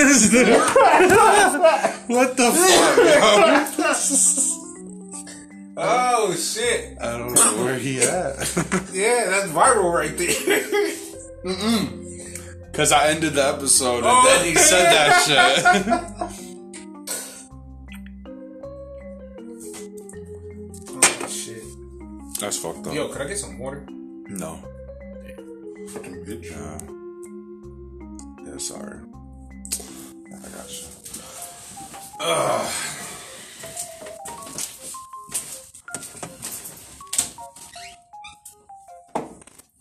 is this? what the fuck? yo? Oh shit! I don't know where he at. Yeah, that's viral right there. Cause I ended the episode and Oh. then he said that shit. oh shit! That's fucked up. Yo, could I get some water? No. Uh, yeah, sorry. I got you.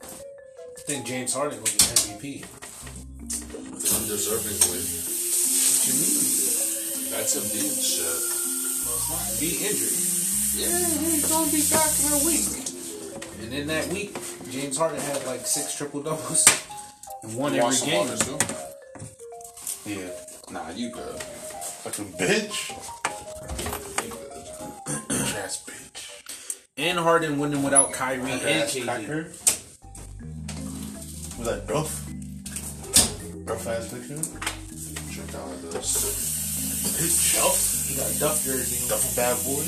I think James Harden will be MVP. Undeservingly. What you mean? That's a deep shit. Be injured, Yeah, he's gonna be back in a week. and in that week, James Harden had like six triple doubles and won every game. Yeah. Nah, you good. Fucking bitch. You good. Ass bitch. And Harden winning without Kyrie and KD. Was that Duff? Duff ass picture? Check out this. His shelf? He got Duff jersey. Duff, Duff bad boy?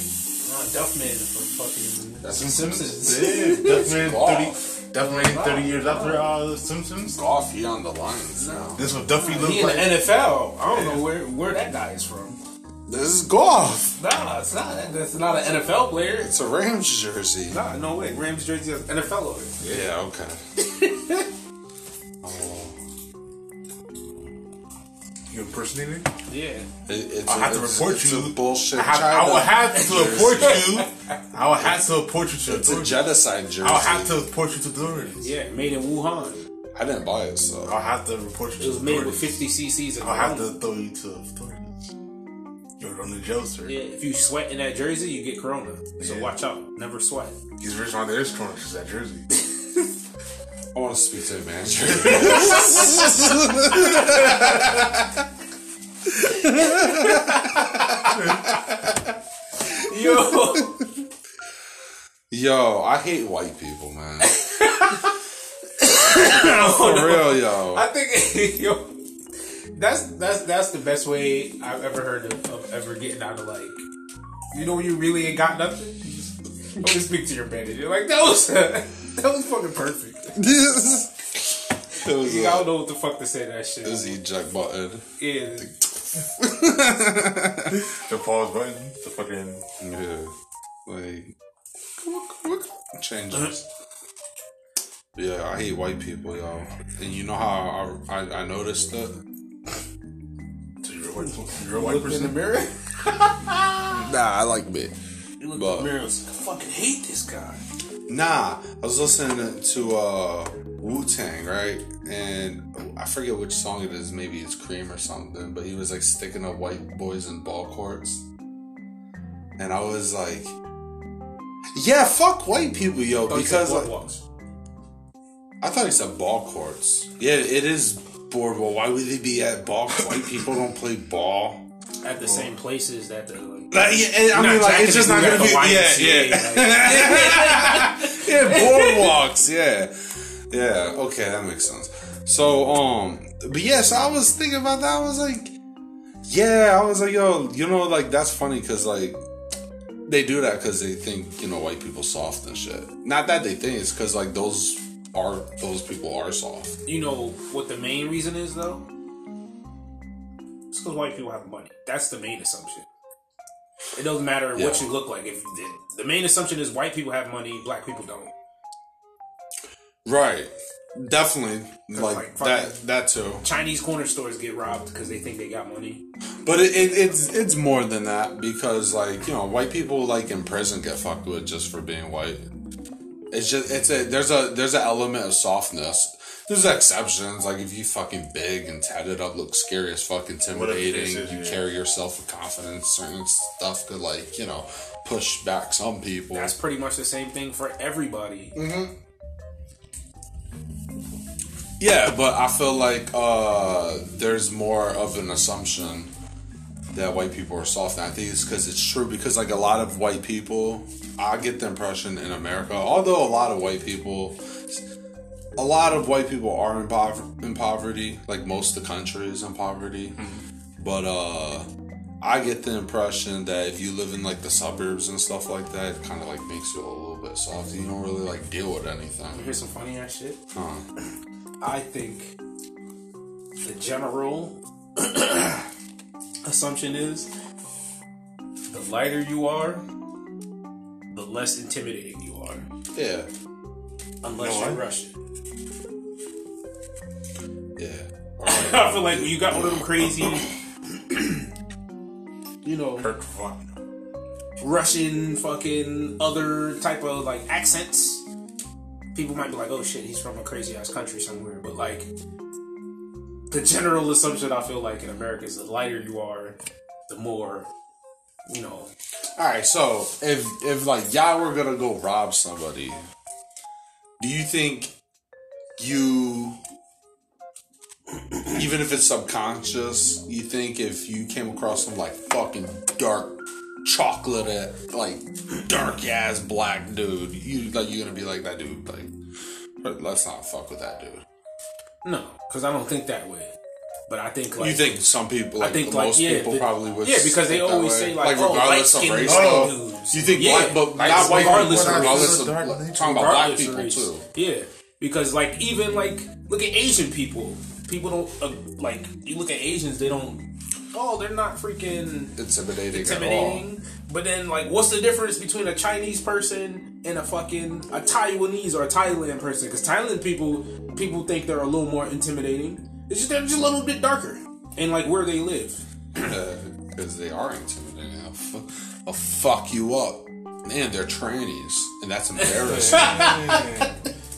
Duff man from fucking That's The Simpsons. Yeah, Duff man Golf. 30, Duff man 30 years after uh, the Simpsons. Golf, he on the lines now. This what Duffy He looked in the like. NFL. I don't know where, where that guy is from. This is golf. Nah, it's not. That's not an NFL player. It's a Rams jersey. Nah, no way. Rams jersey has NFL on it. Yeah, okay. You impersonating? Yeah. It, it's I a- have to it's- report it's you. a bullshit I, have, I China- will have to report you. I will have to report you to It's a authorities. genocide jersey. I will have to report you to authorities. Yeah, made in Wuhan. I didn't buy it, so. I'll have to report you It to was made with authorities. 50 cc's. of I'll have to corona. throw you to authorities. You're on the jail, sir. Yeah, if you sweat in that jersey, you get corona. So Yeah. watch out. Never sweat. He's rich on the air strong. She's that Jersey. I want to speak to the manager. Yo. yo, I hate white people, man. For real, yo. I think yo, that's that's that's the best way I've ever heard of, of ever getting out of like, you know, when you really ain't got nothing. You just- Only speak to your manager. Like that was that was fucking perfect. it was You a, all know what the fuck to say to that shit. it was eject button. Yeah, the pause button. The fucking. Yeah. Like, come on, come on, come on. changes. Yeah, I hate white people, yo. And you know how I, I, I noticed it? So you're a white, you're a white look in the person. mirror. Nah, I like me. You look But- in the mirror. and was like, I fucking hate this guy. Nah, I was listening to uh, Wu Tang, right? And I forget which song it is. Maybe it's Cream or something. But he was like sticking up white boys in ball courts, and I was like, "Yeah, fuck white people, yo!" Oh, Because like, walks. I thought he said ball courts. Yeah, it is board. Well, why would they be at ball? White people don't play ball. at the same places that the like. Like, yeah, and I You're mean, not like, it's jacking just the not dude gonna at be. the Yeah, YMCA, yeah, yeah. Boardwalks, yeah, yeah. Okay, that makes sense. So, um, but yeah, so I was thinking about that. I was like, yeah, I was like, yo, you know, like that's funny because like they do that because they think you know white people soft and shit. Not that they think it's because like those are those people are soft. You know what the main reason is though? It's because white people have money. That's the main assumption. It doesn't matter what Yeah. you look like. If the, the main assumption is white people have money, black people don't. Right. Definitely, like like, that. That too. Chinese corner stores get robbed because they think they got money. But it, it, it's it's more than that because like you know white people like in prison get fucked with just for being white. It's just it's a there's a there's an element of softness. There's exceptions like if you fucking big and tatted up, look scary as fuck, intimidating. is, you yeah. carry yourself with confidence. Certain stuff could like you know push back some people. That's pretty much the same thing for everybody. Mm. Yeah, but I feel like uh, there's more of an assumption that white people are soft. And I think it's because it's true. Because like a lot of white people, I get the impression in America, although a lot of white people, a lot of white people are in, pov- in poverty, like most of the country is in poverty. But uh, I get the impression that if you live in like the suburbs and stuff like that, it kind of like makes you a little bit soft. You don't really like deal with anything. Here's some funny ass shit. Huh. I think the general assumption is the lighter you are, the less intimidating you are. Yeah, Unless No, you're I- Russian. yeah. All right. I feel like when you got one of them crazy, you know, Kurt Vaughn. Russian fucking other type of like accents, people might be like, oh shit, he's from a crazy ass country somewhere. But like, the general assumption I feel like in America is the lighter you are, the more, you know, All right, so if if like y'all were gonna go rob somebody, do you think you, even if it's subconscious, you think if you came across some like fucking dark chocolate, like dark ass black dude, you like you're gonna be like that dude, like let's not fuck with that dude. no, because I don't think that way. But I think like, you think some people, like, think, like, most yeah, people, the- probably would. yeah, because they think that always way. say, like, oh, light-skinned though. dudes. You think Yeah, black, but like, not white people, regardless regardless of of, race. Dark black- people. talking about black regardless of people race. too. Yeah, because like even like look at Asian people. People don't uh, like you look at Asians. They don't. Oh, they're not freaking Intimidating, at all. intimidating. But then, like, what's the difference between a Chinese person and a fucking a Taiwanese or a Thailand person? Because Thailand people people think they're a little more intimidating. It's just they're just a little bit darker and like where they live. because Uh, they are intimidating. They'll, fu- they'll fuck you up. Man, they're trannies, and that's embarrassing.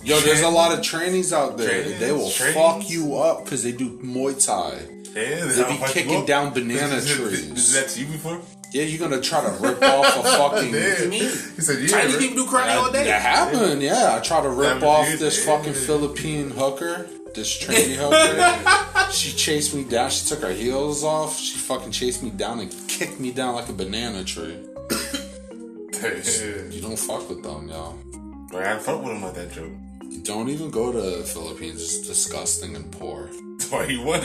Yo, there's a lot of trannies out there. that they will Trannies? fuck you up because they do Muay Thai. Yeah, They be kicking down banana Is trees. that to you before? Yeah, you're gonna try to rip off a fucking. Yeah. Me? He said, yeah. Chinese right. people do karate all That, day. that happened, yeah. I tried to rip That off dude, this yeah. fucking Philippine hooker, this tranny hooker. she chased me down. She took her heels off. She fucking chased me down and kicked me down like a banana tree. You don't fuck with them, y'all. Bro, I fuck with him on that joke. You don't even go to the Philippines. It's disgusting and poor. That's why he won.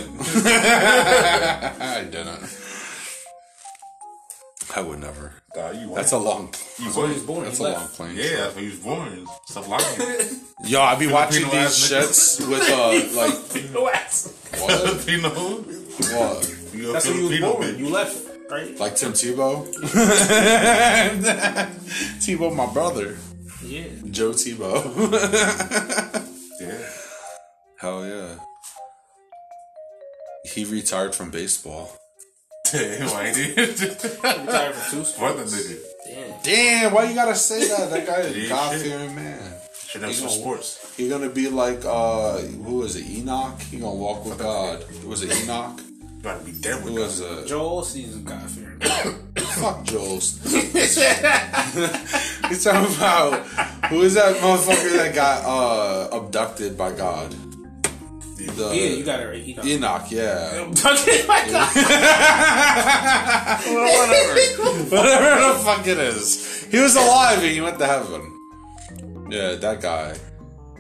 I didn't. I would never. nah, you won. That's a long. you won. He's born. That's he a left. long plane. Yeah, that's when he was born. Stop lying. Yo, I be watching Filipino these ass shits with uh, like Your ass. what? Filipino. what? You a That's when you was Filipino, born. bitch. You left, right? Like Tim Tebow. Tebow, my brother. Yeah. Joe Tebow. Yeah. Hell yeah. He retired from baseball. Damn, why did Retired from two sports. What the nigga? Damn. Damn, why you gotta say that? That guy is Yeah, God fearing man. Should have He some gonna- sports. He gonna be like uh who is it, Enoch? He gonna walk with God. Was it Enoch? You about to be dead Who with us. was uh Joel sees God fearing. fuck Joel's He's talking about who is that motherfucker that got uh abducted by God? The, yeah, you got it right. He not. Enoch, yeah. Duncan, my God. Whatever the fuck it is. He was alive and he went to heaven. Yeah, that guy.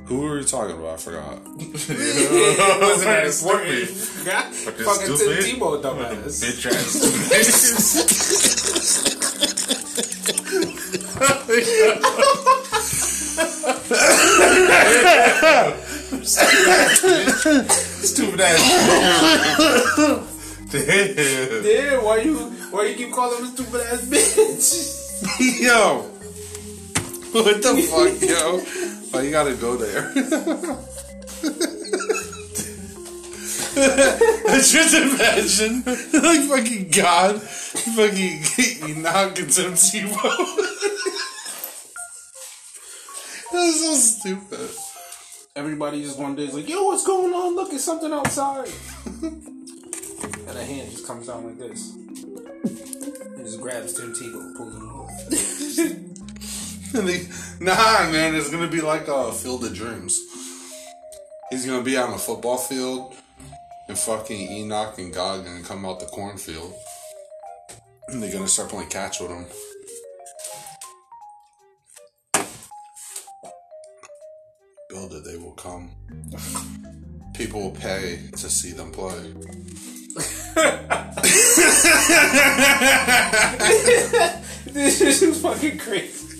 Who were we talking about? I forgot. Wasn't that important? Stupid. God, this Fucking Tim stupid. Tebow, dumbass. Bitch ass. Stupid ass. Damn. Yeah, why you why you keep calling him a stupid ass bitch? yo! What the fuck, yo? Why you gotta go there? Just imagine, like fucking God, fucking Enoch and Tim Tebow. That's so stupid. Everybody just one day is like, yo, what's going on? Look, it's something outside. and a hand just comes down like this. And just grabs Tim Tebow, pulls him over. And they- nah, man, it's gonna be like a Field of Dreams. He's gonna be on a football field, and fucking Enoch and God gonna come out the cornfield, and they're gonna start playing catch with him. Bill know that they will come. People will pay to see them play. this is fucking crazy.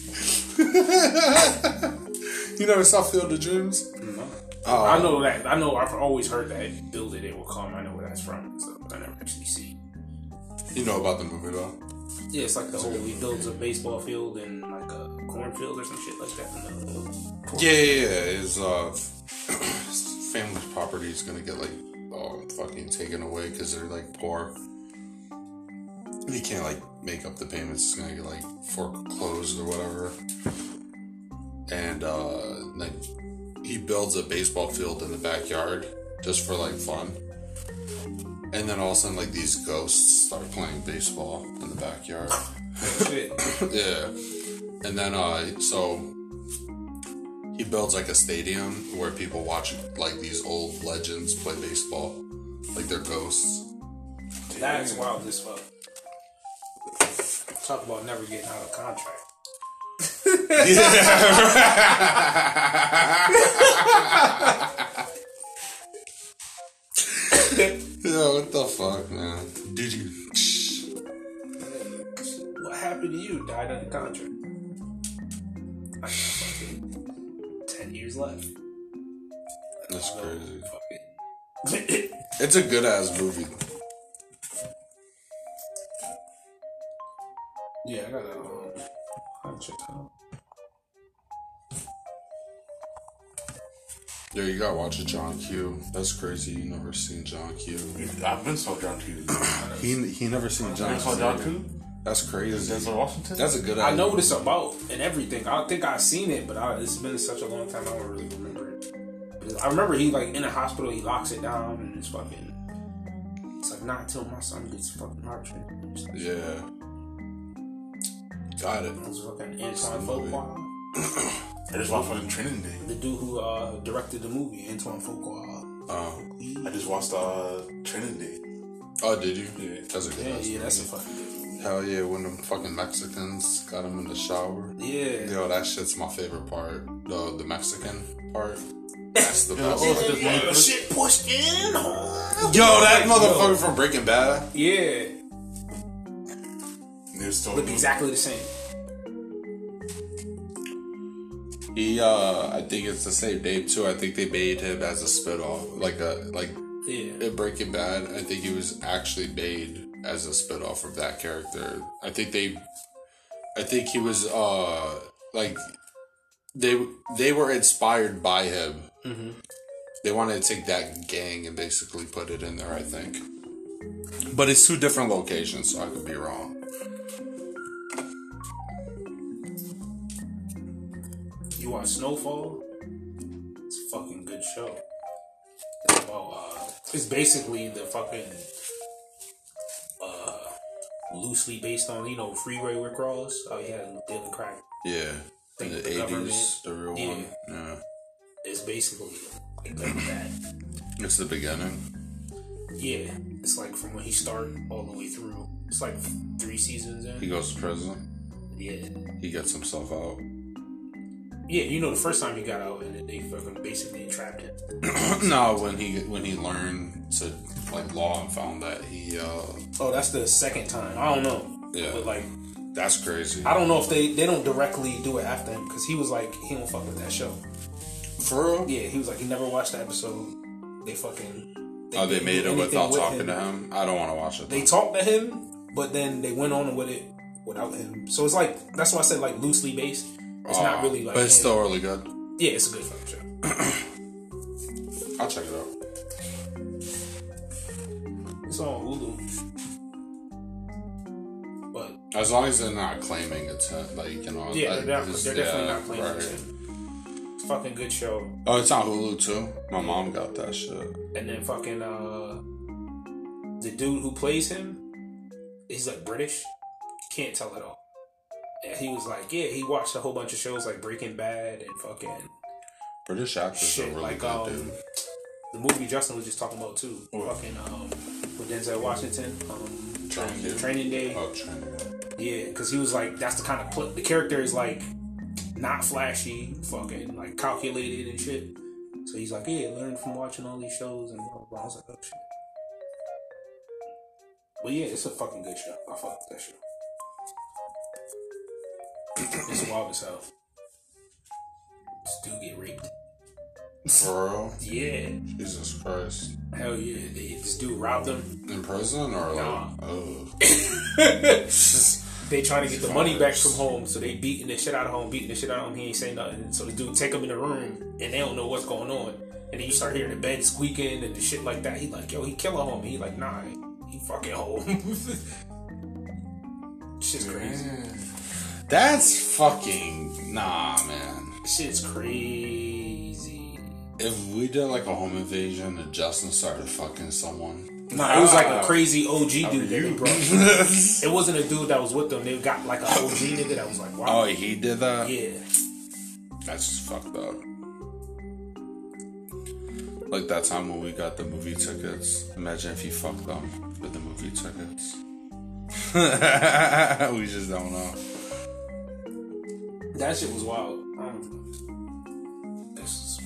You never saw Field of Dreams? Oh. I know that. I know. I've always heard that building it will come. I know where that's from. So I never actually seen. You know about the movie though. Yeah, it's like the whole he builds a baseball field and like a cornfield or some shit like that. in the middle. Yeah, yeah, yeah. His uh, family property is gonna get like uh, fucking taken away because they're like poor. He can't like make up the payments. It's gonna get like foreclosed or whatever. And uh, like he builds a baseball field in the backyard just for like fun. And then all of a sudden, like these ghosts start playing baseball in the backyard. Shit. Yeah. And then uh so he builds like a stadium where people watch like these old legends play baseball. Like they're ghosts. That's wild as fuck. Talk about never getting out of contract. Yeah, what the fuck, man? Did you What happened to you? Died under contract. I got fucking ten years left. That's crazy. Fuck it. It's a good ass movie. yeah, I got a um, contract. huh? Yeah, you gotta watch it, John Q. That's crazy. You never seen John Q. I've been so down to you. He he never seen John Been so down to Q. you? That's crazy. Denzel Washington? That's a good I ass. know what it's about and everything. I think I've seen it, but I, it's been such a long time. I don't really remember it. But I remember he like in a hospital. He locks it down and it's fucking. It's like not until my son gets fucking heart treatment. Yeah. Got it. It was fucking Antoine Some movie. Fuqua, I just watched fucking Training Day. the dude who uh, directed the movie. Uh, Antoine Fuqua. Um, I just watched uh, Training Day. oh, did you? Yeah. That's a good Yeah, ass yeah, that's a fucking. good movie. Hell yeah, when them fucking Mexicans got him in the shower. Yeah. Yo, that shit's my favorite part. The the Mexican part. That's the best. Oh, part. this one- shit pushed in. Yo, that motherfucker from Breaking Bad. Yeah, There's so looked exactly the same. He uh I think it's the same name too. I think they made him as a spinoff. Like a like Yeah. in Breaking Bad, I think he was actually made as a spinoff of that character. I think they I think he was uh like they they were inspired by him. Mm-hmm. They wanted to take that gang and basically put it in there, I think. But it's two different locations, so I could be wrong. You watch Snowfall? It's a fucking good show. It's about, uh, it's basically the fucking uh, loosely based on you know Freeway Rick Ross. Oh yeah, dealing crack. Yeah. In Like the the government. eighties, the real one. Yeah. It's basically like that. It's the beginning. Yeah, it's like from when he started all the way through. It's like three seasons He in. goes to prison. Yeah. He gets himself out. Yeah, you know the first time he got out and then they fucking basically trapped him. no, when he when he learned to like law and found that he uh Oh, that's the second time. I don't know. Yeah. But like that's crazy. I don't know if they they don't directly do it after him because he was like he don't fuck with that show. For real? Yeah, he was like he never watched the episode. They fucking. Oh, they made it didn't do without anything with talking to him. I don't want to watch it. They talked to him, but then they went on with it without him. So it's like that's why I said like loosely based. It's not really like. Oh, but it's him. still really good. Yeah, it's a good fucking show. I'll check it out. It's on Hulu. But As long as they're not claiming it's uh, like you know. yeah, like, they're, not, this- they're definitely yeah, not playing right. this shit. It's a fucking good show. Oh, it's on Hulu too. My mom got that shit. And then fucking uh the dude who plays him, he's like British. Can't tell at all. And he was like, yeah, he watched a whole bunch of shows like Breaking Bad and fucking British actors are shit really like good, um dude. the movie Justin was just talking about too. Fucking um with Denzel Washington, um Training Day. Training Day. Oh, Training Day. Yeah, because he was like, that's the kind of pl- the character is like not flashy, fucking like calculated and shit. So he's like, yeah, learn from watching all these shows and blah blah. blah. I was like, oh shit. But yeah, it's a fucking good show. I fuck with that show. it's wild as hell. This dude get raped. For real? Yeah. Jesus Christ. Hell yeah. They, this dude robbed them. In prison or Nah. like? Oh. They trying to get the money back from home, so they beating the shit out of home, beating the shit out of home. He ain't saying nothing. So the dude take him in the room, and they don't know what's going on. And then you start hearing the bed squeaking and the shit like that. He like, yo, he killing home. He like, nah, he fucking home. Shit's crazy. That's fucking. Nah, man. Shit's crazy. If we did like a home invasion and Justin started fucking someone. Nah, it was like a crazy OG dude that they you? brought. It wasn't a dude that was with them. They got like a OG nigga that was like, oh, wow. he did that? Yeah. That's just fucked up. Like that time when we got the movie tickets. Imagine if you fucked them with the movie tickets. we just don't know. That shit was wild. Um, this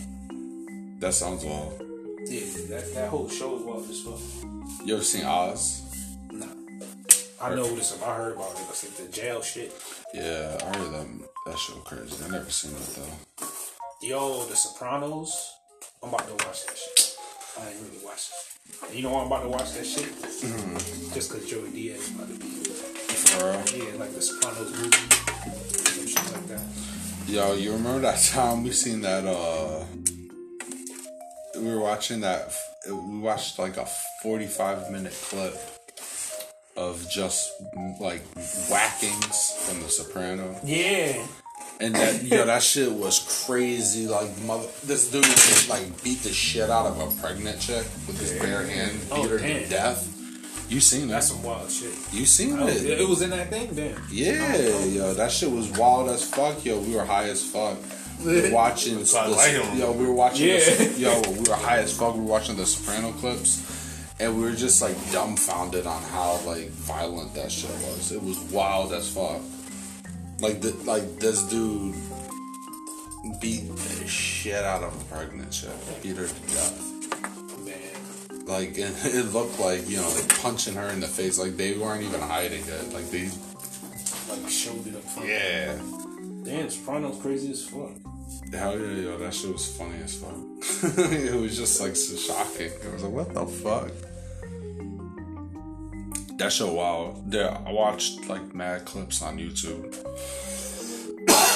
That sounds wild. is, yeah, that, that whole show was wild as fuck. You ever seen Oz? Nah. I know this. I heard about it. It's like the jail shit. Yeah, I heard that that show crazy. I never seen it though. Yo, The Sopranos. I'm about to watch that shit. I ain't really watched it. And you know why I'm about to watch that shit? Just because Joey Diaz is about to be For real? Yeah, like The Sopranos movie. Some shit like that. Yo, you remember that time we seen that? uh We were watching that. We watched like a forty-five minute clip of just like whackings from The Soprano, Yeah. and that yo, that shit was crazy. Like mother, this dude just, like beat the shit out of a pregnant chick with his bare hand, beat Oh, her to damn. death. You seen That's that? some wild shit. You seen Oh, it? yeah, it was in that thing then. Yeah, yo, that shit was wild as fuck, yo. We were high as fuck. We were watching, the, why I like him. yo, we were watching, Yeah. the, yo, we were high as fuck. We were watching the Soprano clips, and we were just like dumbfounded on how like violent that shit was. It was wild as fuck. Like, the, like this dude beat the shit out of a pregnant chick, beat her to death Man. like it, it looked like you know like punching her in the face like they weren't even hiding it like they Like showed it up front. yeah Damn, Sopranos crazy as fuck. hell yeah yo that shit was funny as fuck it was just like so shocking it was like what the fuck that show wild yeah I watched like mad clips on YouTube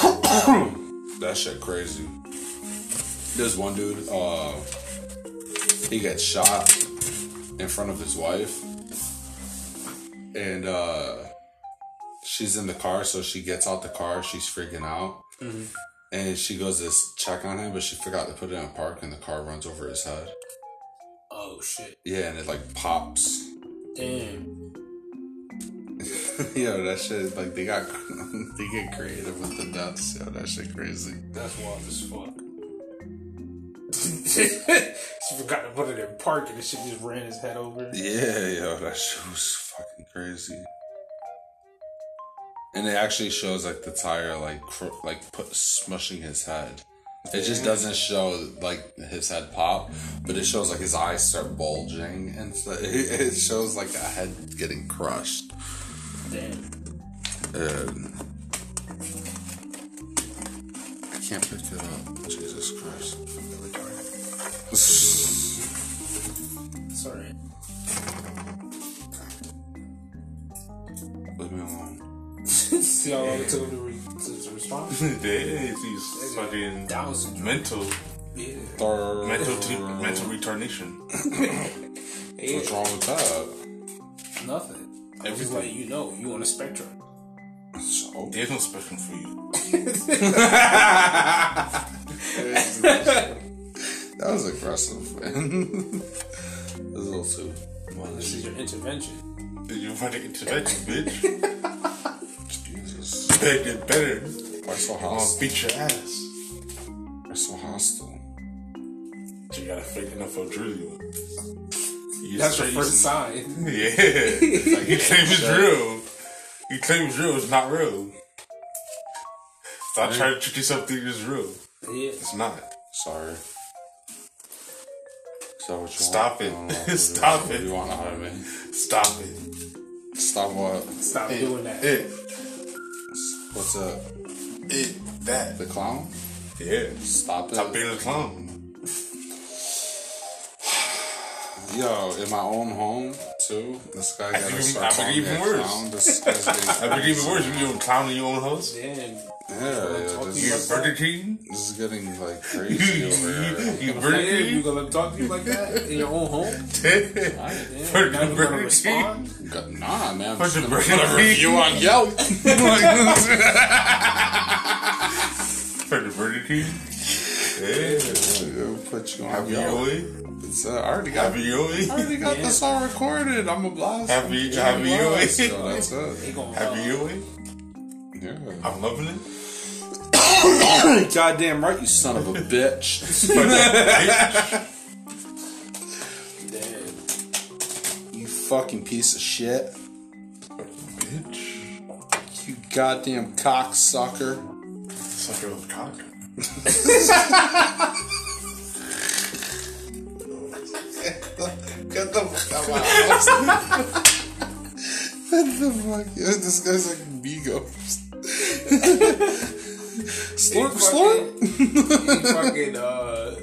that shit crazy there's one dude uh he gets shot in front of his wife and uh she's in the car so she gets out the car she's freaking out and she goes to s- check on him but she forgot to put it in park and the car runs over his head Oh shit. yeah and it like pops Damn. yo that shit like they got they get creative with the deaths yo that shit crazy That's wild as fuck. she forgot to put it in park and the shit just ran his head over. Yeah, yo, that shit was fucking crazy. And it actually shows like the tire like cr- like put smushing his head. It just doesn't show like his head pop, but it shows like his eyes start bulging, and so it, it shows like a head getting crushed. Damn. And I can't pick it up. Jesus Christ! Sorry. Leave me alone. See how long it took him to, re- to respond? Days, he's fucking That was mental, yeah. mental, t- mental retardation. yeah. What's wrong with that? Nothing. It was Everything. like you know, you on a spectrum. So There's no spectrum for you. That was aggressive, man. that was a little too much. This is your intervention. You want to intervention, bitch? Jesus. Better get better. Why so I'm gonna hostile? beat your ass. Why so hostile? You gotta fake NFL drill. You That's your straight- first sign. Yeah. Like, he claims it's real. He claims it's real. It's not real. It's Stop trying to trick yourself to think it's real. Yeah. It's not. Sorry. So what you Stop want? it. I don't know what you want- Stop what it. You want out of me? Stop it. Stop what? Stop doing that. It. What's up? It. That. The clown? Yeah. Stop it. Stop being a clown. Yo, in my own home too. This guy got even- to I start think calling even me a worse. clown. This guy's I getting- think even worse, you're doing clown in your own house. Damn. yeah, yeah, Talking this You're is, about- Burger King. this is getting like You crazy over here. Burger Damn, you King. gonna talk to you like that in your own home? Damn, now you Burger gonna King. respond? God, Nah, man. I'm Put just the gonna Burger put a King. review on Yelp. For the Burger King. Yeah. put you on Yelp. Ravioli. It's, uh, I already got. I Ravioli. already got this all recorded. I'm a blast. Happy- I'm a happy you blast, ain't. yo, That's it. You gonna- Ravioli. Yeah. I'm loving it. Goddamn right, you son of a bitch. Damn. you fucking piece of shit. Bitch. You goddamn cocksucker. Sucker with cock. Get the fuck out of my house. What the fuck? Yeah, This guy's like Migos. slurp, slurp. Fucking- He fucking, uh,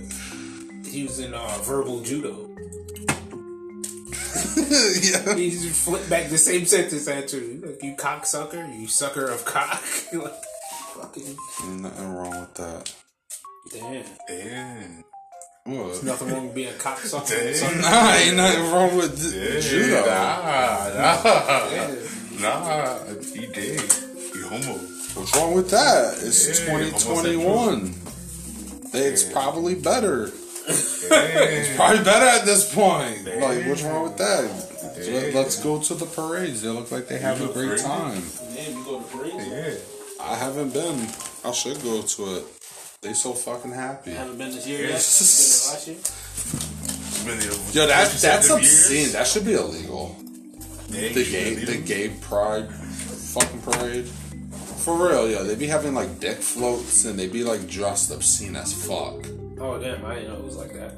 he was in uh, verbal judo. yeah. He just flipped back the same sentence at you. Like, you cocksucker, you sucker of cock. like, fucking. Nothing wrong with that. Damn. Damn. What? Nothing wrong with being a cocksucker. Damn. Something- Nah, ain't nothing wrong with Yeah, th- judo. Nah, Yeah. nah, nah. He gay. He homo. What's wrong with that? It's Yeah, almost that 2021. It's probably better. Damn. Probably better at this point. Yeah. Like, what's wrong with that? So Yeah. Let's go to the parades. They look like they have a look great great. time. Damn, you go to parade? yeah. I haven't been. I should go to it. They so fucking happy. Haven't been this year yet. Been there Yes. last year. Been there for Yo, that, that's 37 years. obscene. That should be illegal. Yeah, The you gay, believe the it? gay pride, fucking parade. For real, yo, they be having like dick floats and they be like dressed obscene as fuck. Oh damn, I didn't know it was like that.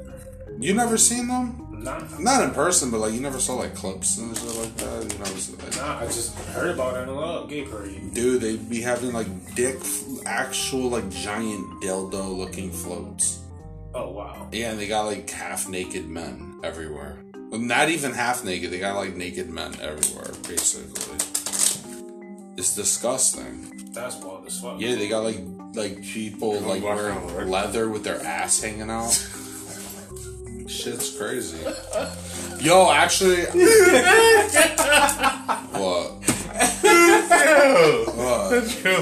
You never seen them? Nah, Not in person, but like you never saw like clips and shit like that. You never saw, like, nah, I just heard about it in a love gay parade. dude, they be having like dick, f- actual like giant dildo looking floats. Oh wow. Yeah, and they got like half naked men everywhere. Well, not even half naked. They got like naked men everywhere, basically. It's disgusting. That's wild as fuck. Yeah, they got like like people like walk wearing around, right? leather with their ass hanging out. Shit's crazy. Yo, actually. what? Yo,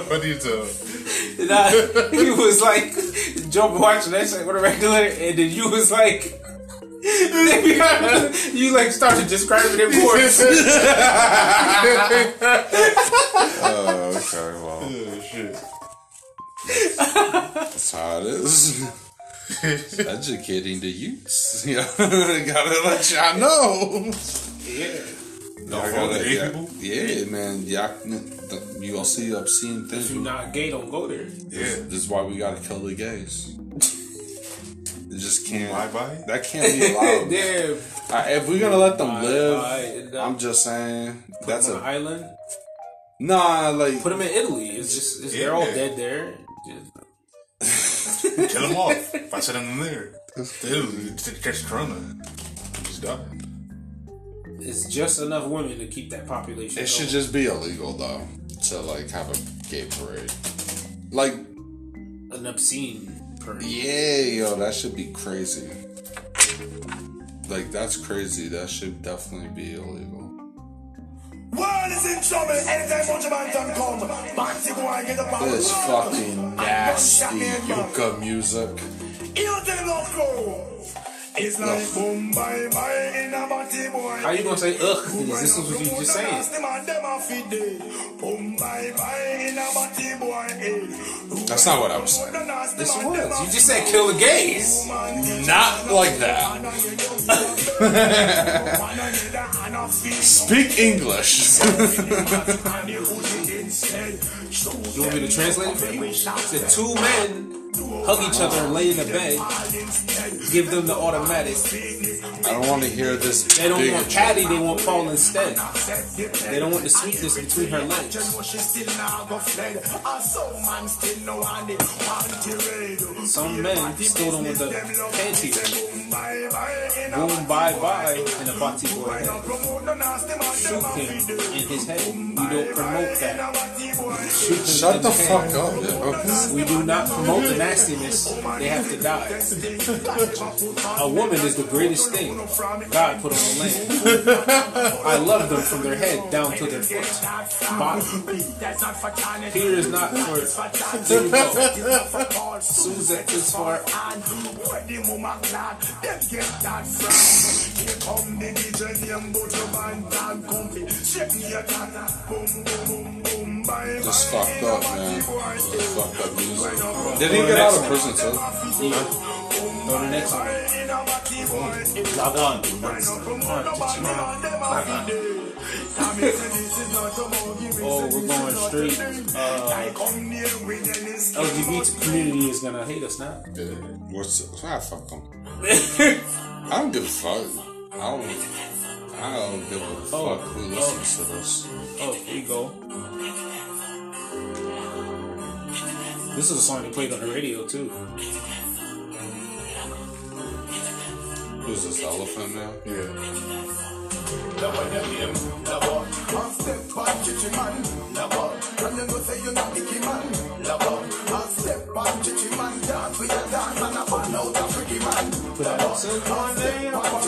what do you tell? Nah, he was like Joe watching that shit with a regular and then you was like you like started describing it more. Oh, okay. Well, Oh, shit. that's how it is. It's educating the youths. Yeah, gotta let y'all know. yeah. No, I for got the gay yeah, people? yeah, man. Yeah, you gonna see obscene things. If you're not gay, don't go there. Yeah. This is why we gotta kill the gays. It just can't. Bye bye. That can't be allowed. Damn. I- if we gonna let them Bye, live, bye, that- I'm just saying that's on an a island. nah. Like Put them in Italy. It's just it's, they're all Yeah. dead there. Just- Kill him off. If I set him in there, dude, to catch corona, he's done. It's just enough women to keep that population. it should going. just be illegal though to like have a gay parade. Like an obscene parade. yeah, yo, that should be crazy. Like that's crazy. That should definitely be illegal. World is in trouble. Anytime much man can come, Maxi boy get up and This run. fucking And one shot nasty man, man. yucca music. You tell him not go. It's like boom, bye, bye, in a body, boy. How you gonna say ugh? Because this is what you just saying. That's not what I was saying. This was. You just said kill the gays. Not like that. Speak English. You want me to translate it for you? It said two men hug each other and lay in a bed. Give them the automatic. I don't want to hear this. They don't want bigotry. patty, they want Paul instead. They don't want the sweetness between her legs. Some men still don't want the panty ring. Boom, bye, bye, and a bati boy head. Shoot him in his head. We don't promote that. Shoot him in Shut the head. fuck up. Yeah. We do not promote the nastiness. They have to die. A woman is the greatest thing God put on the land. I love them from their head down to their foot. Bottom. Here is not for. There you go. Susan is for. Just fucked up, man. Just fucked up music. Did he get out of prison too? Yeah. Go to the next one. Log on. Oh, we're going straight. Uh, LGBT community is gonna hate us now. Yeah. Uh, What's I fuck them? I don't give a fuck. I don't. I don't give a Oh. fuck who listens to this. Oh, here you go. This is a song they played on the radio too. Who's this elephant now? Yeah. Put out on silk.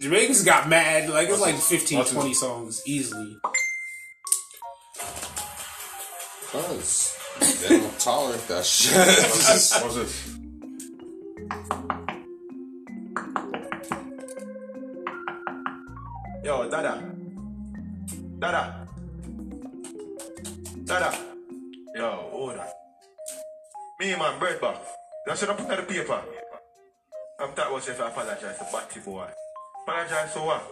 Jamaicans got mad. Like it's like 15, 20 songs easily. Cause they don't tolerate that shit. What's this? What's this? Yo, Dada. Dada. Dada. Yo, hold on. Me and my bread back. That's what I put on the paper. I'm talking about if I apologize to Batty boy. Apologize to what?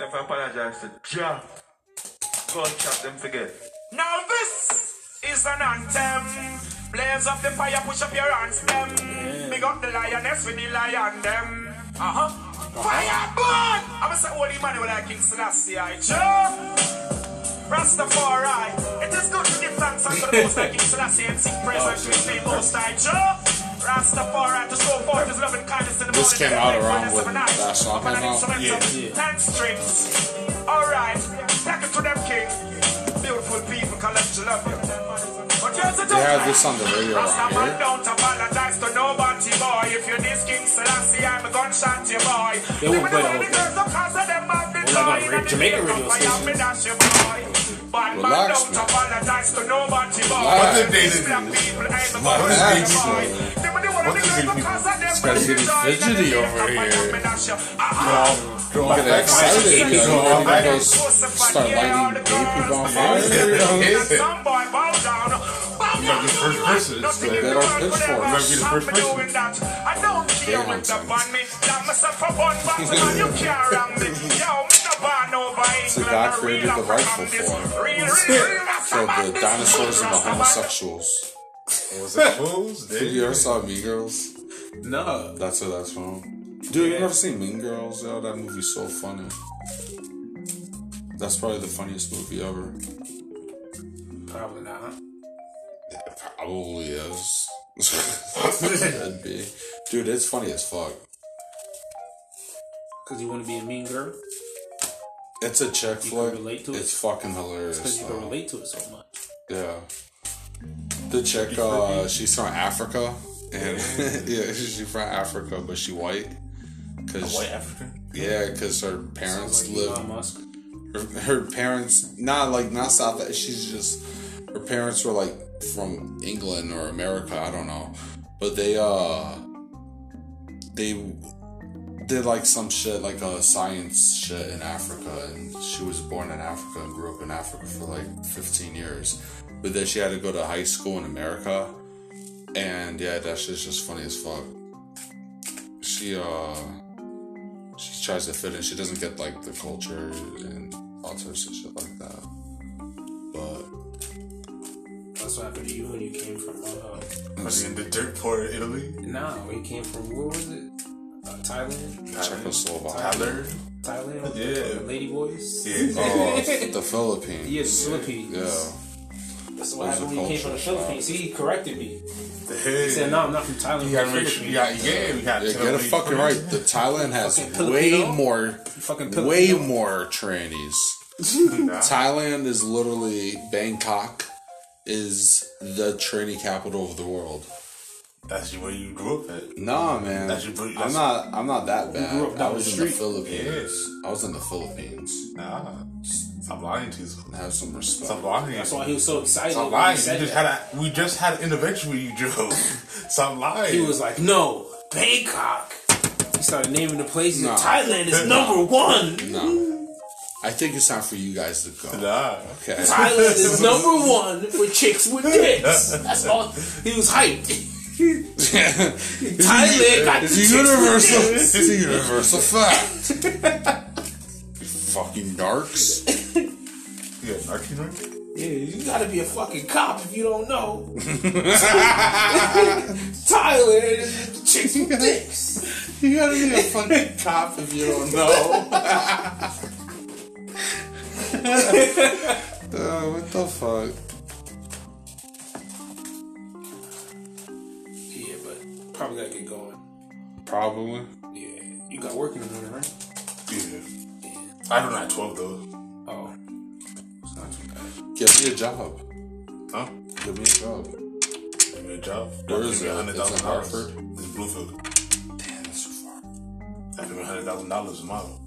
If I apologize to Ja. God chop them together. Now this is an anthem. Blaze up the fire, push up your hands, them. Big up the lioness with the lion, them. Uh huh. Fire burn! I'm gonna say holy man when I King Selassie, I sure. Rastafari, it is good to give thanks unto the Most High King Selassie and sing praise unto His name Most High, sure. Rastafari, to show forth His love and kindness in the This morning, came out and the around night, when and the night. that song Upon came an out. instrument Yeah, of yeah. Ten strings. Alright, take it to them, King. Beautiful people, collect love you. But here's the They have this on the radio around Rastaman here. don't apologize to nobody, boy. If you're this King Selassie, I'm a gunshot, you boy. They won't play the whole thing. Well, like on thing. ra- Jamaican radio stations. But man Relax, don't man. apologize to nobody, boy. Relax. If you're this black people, I'm a Relax, gunshot, you boy. man. They will do what What is they do it? because of them guy's getting bloody fidgety joy. They over don't here. apologize, ah, ah. Don't get excited. You know, Back everybody goes start lighting gay people on fire. Like the first person that's like- They don't pitch for You it. might be the first person. I don't care Damn. with the band me. That myself a bun, but man, you can't wrong me. Yo, me no born over England, God I'm created real the rightful African. form. Real, real, real So Rastaman, the this dinosaurs and the Rastaman. homosexuals. Was it fools? Did You ever saw Mean Girls? No. That's where that's from. Dude, you never seen Mean Girls? Yo, that movie's so funny. That's probably the funniest movie ever. Probably not. It probably is. Could be. Dude, it's funny as fuck. Because you want to be a mean girl? It's a chick You can flick. relate to it. It's fucking hilarious. Because you can though. relate to it so much. Yeah. The chick, uh, she's from Africa, and yeah, she's from Africa, but she white. Cause White African? yeah, cause her parents Like Elon live. Musk. Her, her parents not like not South. She's just her parents were like from England or America, I don't know. But they uh they did like some shit like a science shit in Africa and she was born in Africa and grew up in Africa for like 15 years. But then she had to go to high school in America. And yeah, that shit's just funny as fuck. She uh she tries to fit in. She doesn't get like the culture and all sorts of shit like that. But That's what happened to you when you came from. Uh, Was he in the dirt poor Italy? nah, when you came from where was it? Uh, Thailand, Czechoslovakia. Tyler? Thailand. Yeah. the Lady Boys. Yeah. Oh, the Philippines. Yeah, the Philippines. Yeah. That's what happened when you came from the Culture shock. Philippines. See, he corrected me. Hey. He said, "No, I'm not from Thailand. You I'm gotta from make sure. You got, yeah, we got Yeah, get it fucking right. The Thailand has Fucking way Filipino? more, Fucking way Filipino. more trannies. Thailand is literally Bangkok is the tranny capital of the world. That's where you grew up at. Nah, Mm, man, That's your- that's- I'm not. I'm not that bad. grew up I down was the in the street. Philippines. I was in the Philippines. Nah. Stop lying to yourself. Have some respect. Stop lying. That's why he was so excited. Stop when lying. He, You said just that. had a, we just had an intervention with you, Joe. Stop lying. he was like, "No, Bangkok." He started naming the places. Nah. Thailand is Nah. number one. No, I think it's time for you guys to go. Nah. Okay. Thailand is number one for chicks with dicks. That's all. He was hyped. Thailand got It's a universal. It's a universal fact. You fucking narcs. Yeah, narky narky. Yeah, you gotta be a fucking cop if you don't know. Thailand is the chicks with dicks. You gotta be a fucking cop if you don't know. uh, what the fuck? Yeah, but probably gotta get going. Probably. Yeah, you got work in the morning, right? Yeah. I don't know at 12 though. Oh, it's not too bad. Get me a job. Huh? Give me a job. Give me a job. Where is Give me it? $100,000. It's in Hartford? It's Bluefield. Damn, that's so far. I give me $100,000 a mile.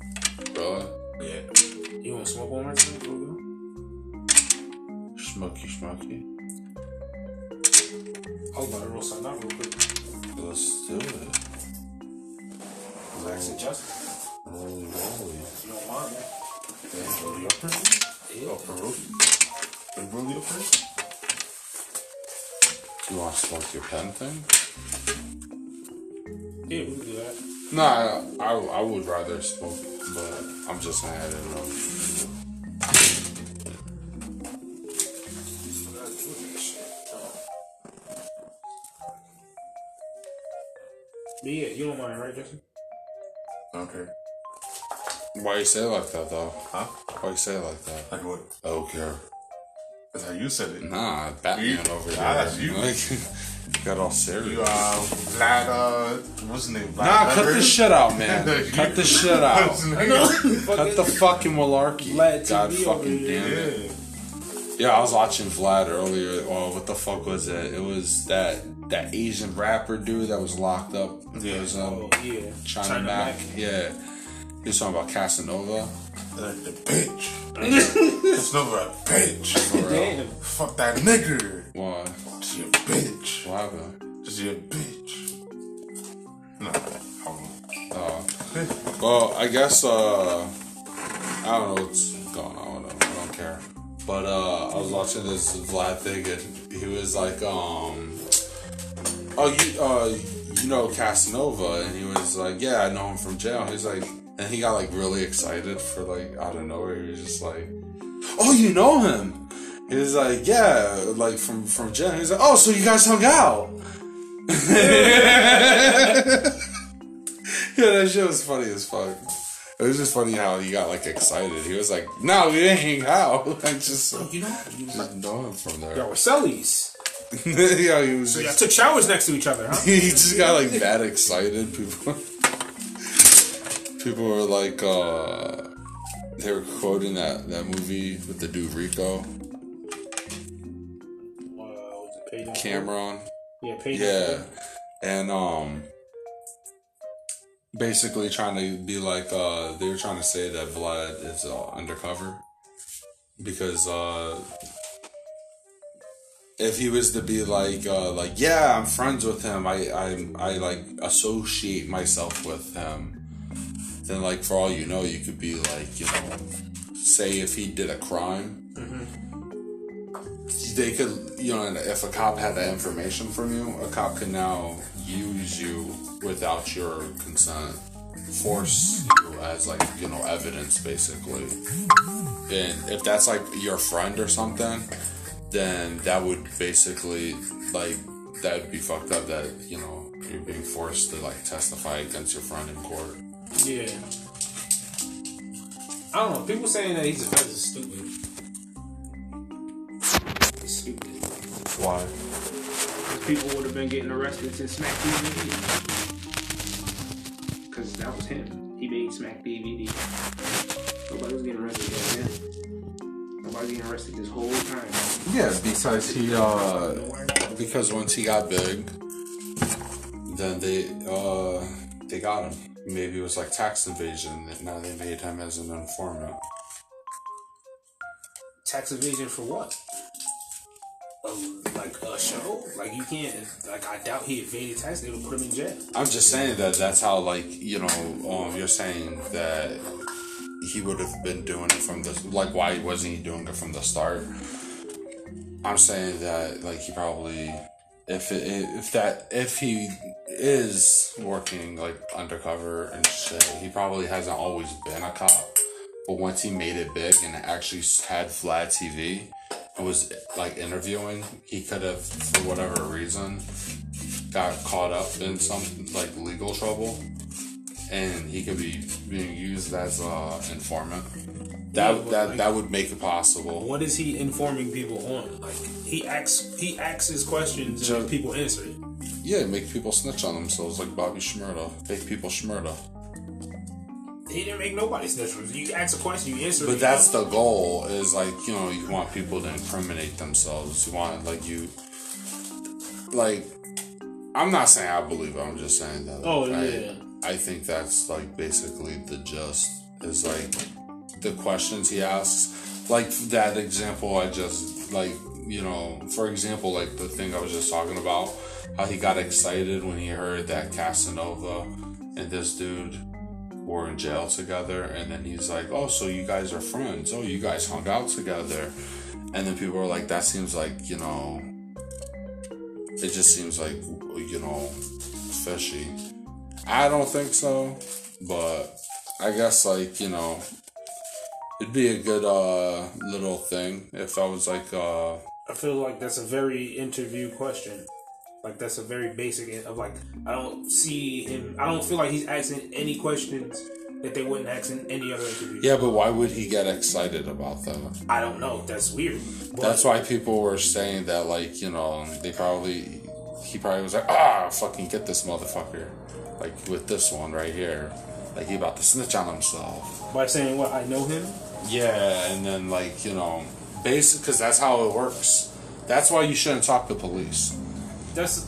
Really? Yeah. You wanna smoke one more time? before we go? Schmucky, schmucky. I was about to roll something out real quick. Let's do it. Actually, Justin, Holy moly. you don't mind, man. Roll your person? Yeah. Oh, Peru? They roll your person? You want to smoke your pen thing? Yeah, we can do that. No, I, I, I would rather smoke, but I'm just saying I didn't know. But yeah, you don't mind, right, Justin? Okay. Why you say it like that though? Huh? Why you say it like that? Like what? I don't care. That's how you said it. Nah, Batman You- over here. Nah, that's you. Like, got all You, serious. uh, Vlad, uh, what's his name? Vlad Nah, cut Lever? this shit out, man. You- cut this shit out. What's his name? Cut the fucking malarkey. Vlad God TV fucking over damn it. Yeah. Yeah, I was watching Vlad earlier. Oh, what the fuck was it? It was that that Asian rapper dude that was locked up. It was, um, Oh, yeah. China, China Mac. Mac. Yeah. He was talking about Casanova. Like the bitch. It's not a bitch. For real. Damn. Fuck that nigger. uh, Why? She a bitch. What happened? She a bitch. Nah, I don't know. Well, I guess, uh, I don't know what's going on with him. I don't care. But, uh, I was watching this Vlad thing and he was like, um, oh, you, uh, you know Casanova. And he was like, yeah, I know him from jail. He's like, and he got like really excited for like, out of nowhere. He was just like, oh, you know him. He was like, yeah, like from, from jail. He's like, oh, so you guys hung out. Yeah, that shit was funny as fuck. It was just funny how he got like excited. He was like, "No, we didn't hang out. I just You know, you just know him from there." y'all were sellies. yeah, he was. Y'all Just, took showers next to each other, huh? he just got like that excited. People, people were like, uh they were quoting that that movie with the dude Rico Wow, was it paid off? Cameron. Yeah, paid Yeah. off. And um basically trying to be like uh they were trying to say that Vlad is uh, undercover because uh if he was to be like uh like yeah i'm friends with him i i, I like associate myself with him then like for all you know you could be like you know say if he did a crime they could you know and if a cop had that information from you a cop can now use you without your consent force you as like you know evidence basically and if that's like your friend or something then that would basically like that would be fucked up that you know you're being forced to like testify against your friend in court Yeah. I don't know. People saying that he's a feds is stupid. It's stupid. why People would have been getting arrested since Smack DVD. Because that was him. He made Smack DVD. Nobody was getting arrested back then. Nobody was getting arrested this whole time. yeah because he uh because once he got big then they uh they got him maybe it was like tax evasion and now they made him as an informant Tax evasion for what? Um, like a show? Like you can't. Like I doubt he evaded tax. They would put him in jail. I'm just saying that that's how, like, you know, um, you're saying that he would have been doing it from the like. Why wasn't he doing it from the start? I'm saying that like he probably, if it, if that if he is working like undercover and shit, he probably hasn't always been a cop. But once he made it big and actually had flat TV and was like interviewing, he could have for whatever reason got caught up in some like legal trouble, and he could be being used as uh, informant. That Yeah, but, that like- that would make it possible. What is he informing people on? Like he asks. He asks his questions and Joe- people answer it. Yeah, make people snitch on themselves like Bobby Shmurda. Make people Shmurda. He didn't make nobody snitch. You ask a question, you answer. it, But you that's know? the goal. Is like you know you want people to incriminate themselves. You want like you like. I'm not saying I believe it. I'm just saying that. Oh, like, I- yeah. I think that's like basically the gist is like the questions he asks. Like that example I just like you know for example like the thing I was just talking about how he got excited when he heard that Casanova and this dude were in jail together and then he's like oh so you guys are friends oh you guys hung out together and then people are like that seems like you know it just seems like you know fishy i don't think so but i guess like you know it'd be a good uh little thing if i was like uh I feel like that's a very interview question. Like that's a very basic of like I don't see him. I don't feel like he's asking any questions that they wouldn't ask in any other interview. yeah but why would he get excited about that I don't know. That's weird. But That's why people were saying that, like, you know, they probably, he probably was like, ah, fucking get this motherfucker. Like, with this one right here. Like, he about to snitch on himself. by saying what I know him. Yeah, and then, like, you know, basic, because that's how it works. That's why you shouldn't talk to police. That's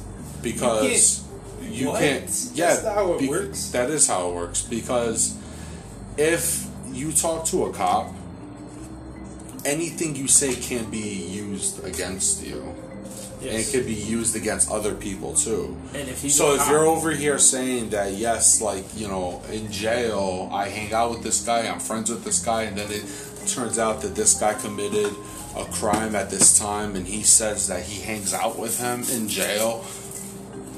Because you What? can't. Yeah, That's not how it bec- works. That is how it works. Because if you talk to a cop, anything you say can be used against you. And it yes. could be used against other people too. And if he's So a if cop- you're over here saying that yes, like you know, in jail, I hang out with this guy, I'm friends with this guy, and then it turns out that this guy committed a crime at this time, and he says that he hangs out with him in jail,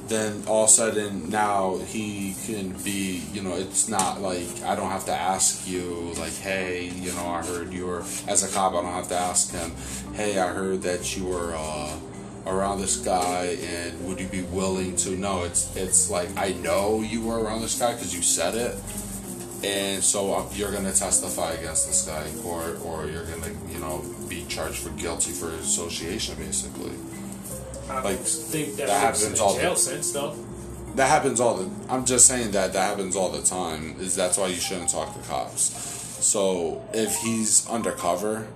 then all of a sudden now he can be, you know, it's not like I don't have to ask you, like, hey, you know, I heard you were, as a cop, I don't have to ask him, hey, I heard that you were uh, around this guy and would you be willing to? No, it's, it's like, I know you were around this guy because you said it. And so uh, you're going to testify against this guy in court or you're going to, you know, be charged for guilty for association, basically. I like, think that, that happens in happens the all the- jail sense though. That happens all the. I'm just saying that that happens all the time. Is that's why you shouldn't talk to cops. So if he's undercover,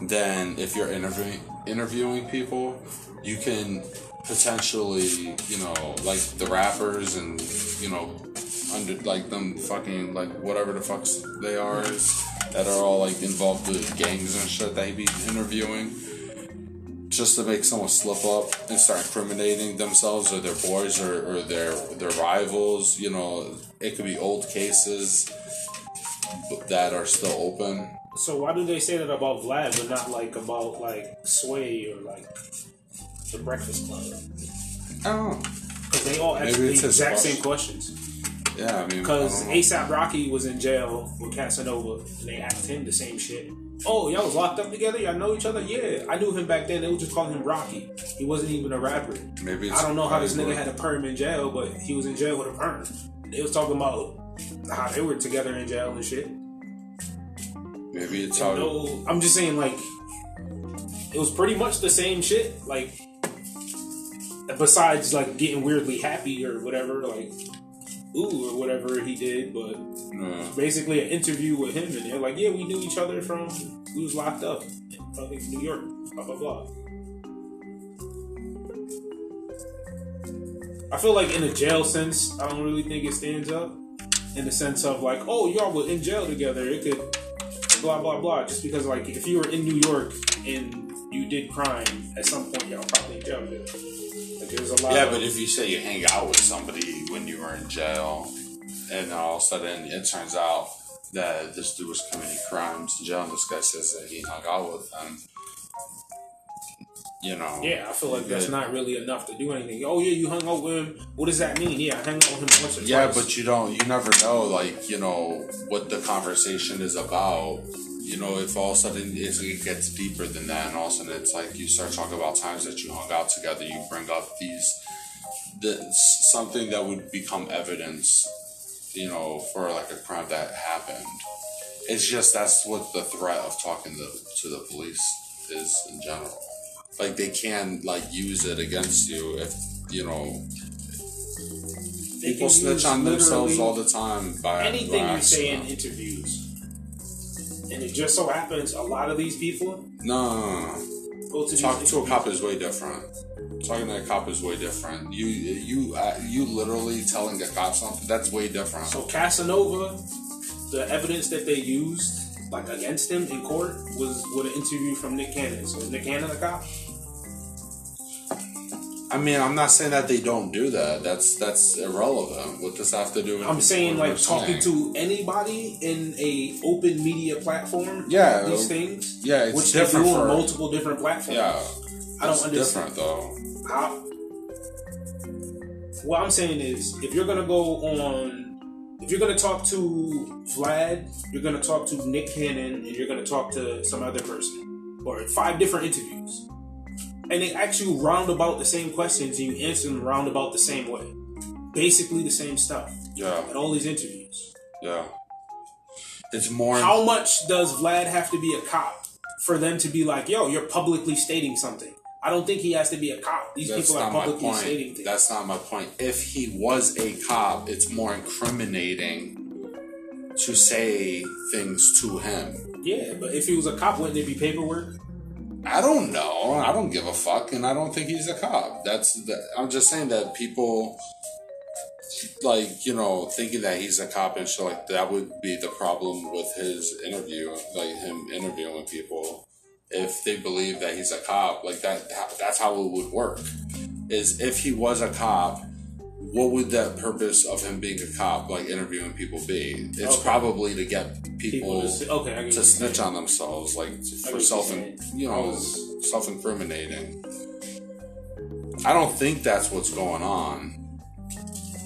then if you're interviewing interviewing people, you can potentially, you know, like the rappers and you know, under like them fucking like whatever the fucks they are that are all like involved with gangs and shit that he be interviewing just to make someone slip up and start incriminating themselves or their boys or, or their their rivals. You know, it could be old cases b- that are still open. So why do they say that about Vlad, but not like about like Sway or like the Breakfast Club? Oh, Because they all ask Maybe the it's his Oh. exact fault. same questions. yeah. I mean, I Because don't know. ASAP Rocky was in jail with Casanova, and they asked him the same shit. Oh, y'all was locked up together. Y'all know each other. Yeah, I knew him back then. They would just call him Rocky. He wasn't even a rapper. maybe it's I don't know how this probably nigga had a perm in jail, but he was in jail with a perm. They was talking about how they were together in jail and shit. Maybe it's how. No, I'm just saying, like, it was pretty much the same shit. Like, besides, like, getting weirdly happy or whatever, like, ooh, or whatever he did, but Yeah. basically an interview with him, and they're like, yeah, we knew each other from, we was locked up in fucking New York, blah, blah, blah. I feel like in a jail sense, I don't really think it stands up. In the sense of like, oh, y'all were in jail together, it could blah blah blah. Just because like if you were in New York and you did crime at some point, y'all probably in jail together. Like there's a lot. Yeah, of, but if you say you hang out with somebody when you were in jail, and all of a sudden it turns out that this dude was committing crimes in jail, and this guy says that he hung out with them, you know. Yeah, I feel like that's Yeah. not really enough to do anything. Oh yeah, you hung out with him. What does that mean? Yeah, I hung out with him once or Yeah, twice. but you don't, you never know, like, you know, what the conversation is about. You know, if all of a sudden it's- it gets deeper than that, and all of a sudden it's like you start talking about times that you hung out together, you bring up these, the, something that would become evidence, you know, for like a crime that happened. It's just that's what the threat of talking to, to the police is in general. Like, they can, like, use it against you if, you know, They People can snitch use on themselves literally all the time by anything by you say in accident. interviews. And it just so happens a lot of these people No, no, no, no. go to talking these to a cop is way different. Talking to a cop is way different. You you uh, you literally telling a cop something that's way different. So Casanova, the evidence that they used like against him in court was with an interview from Nick Cannon. So is Nick Cannon a cop? I mean, I'm not saying that they don't do that. That's that's irrelevant. What does that have to do? with I'm saying what like we're talking saying? to anybody in a open media platform. Yeah, these well, things. yeah, it's which different they do for- on multiple different platforms. yeah, I don't it's understand. different though. how what I'm saying is if you're gonna go on if you're gonna talk to Vlad, you're gonna talk to Nick Cannon, and you're gonna talk to some other person. Or five different interviews. And they ask you roundabout the same questions and you answer them roundabout the same way. Basically the same stuff Yeah, at all these interviews. yeah. It's more. How much does Vlad have to be a cop for them to be like, yo, you're publicly stating something? I don't think he has to be a cop. These That's people are not my publicly stating point. things. That's not my point. If he was a cop, it's more incriminating to say things to him. Yeah, but if he was a cop, wouldn't it be paperwork? I don't know. I don't give a fuck, and I don't think he's a cop. That's the, I'm just saying that people, like you know, thinking that he's a cop and shit like that would be the problem with his interview, like him interviewing people. If they believe that he's a cop, like that, that's how it would work. Is if he was a cop, what would that purpose of him being a cop, like interviewing people, be? It's Okay. probably to get people, People just, okay, I get to what you're snitch on themselves, like I get what for you're self, saying. you know, I was- self incriminating. I don't think that's what's going on,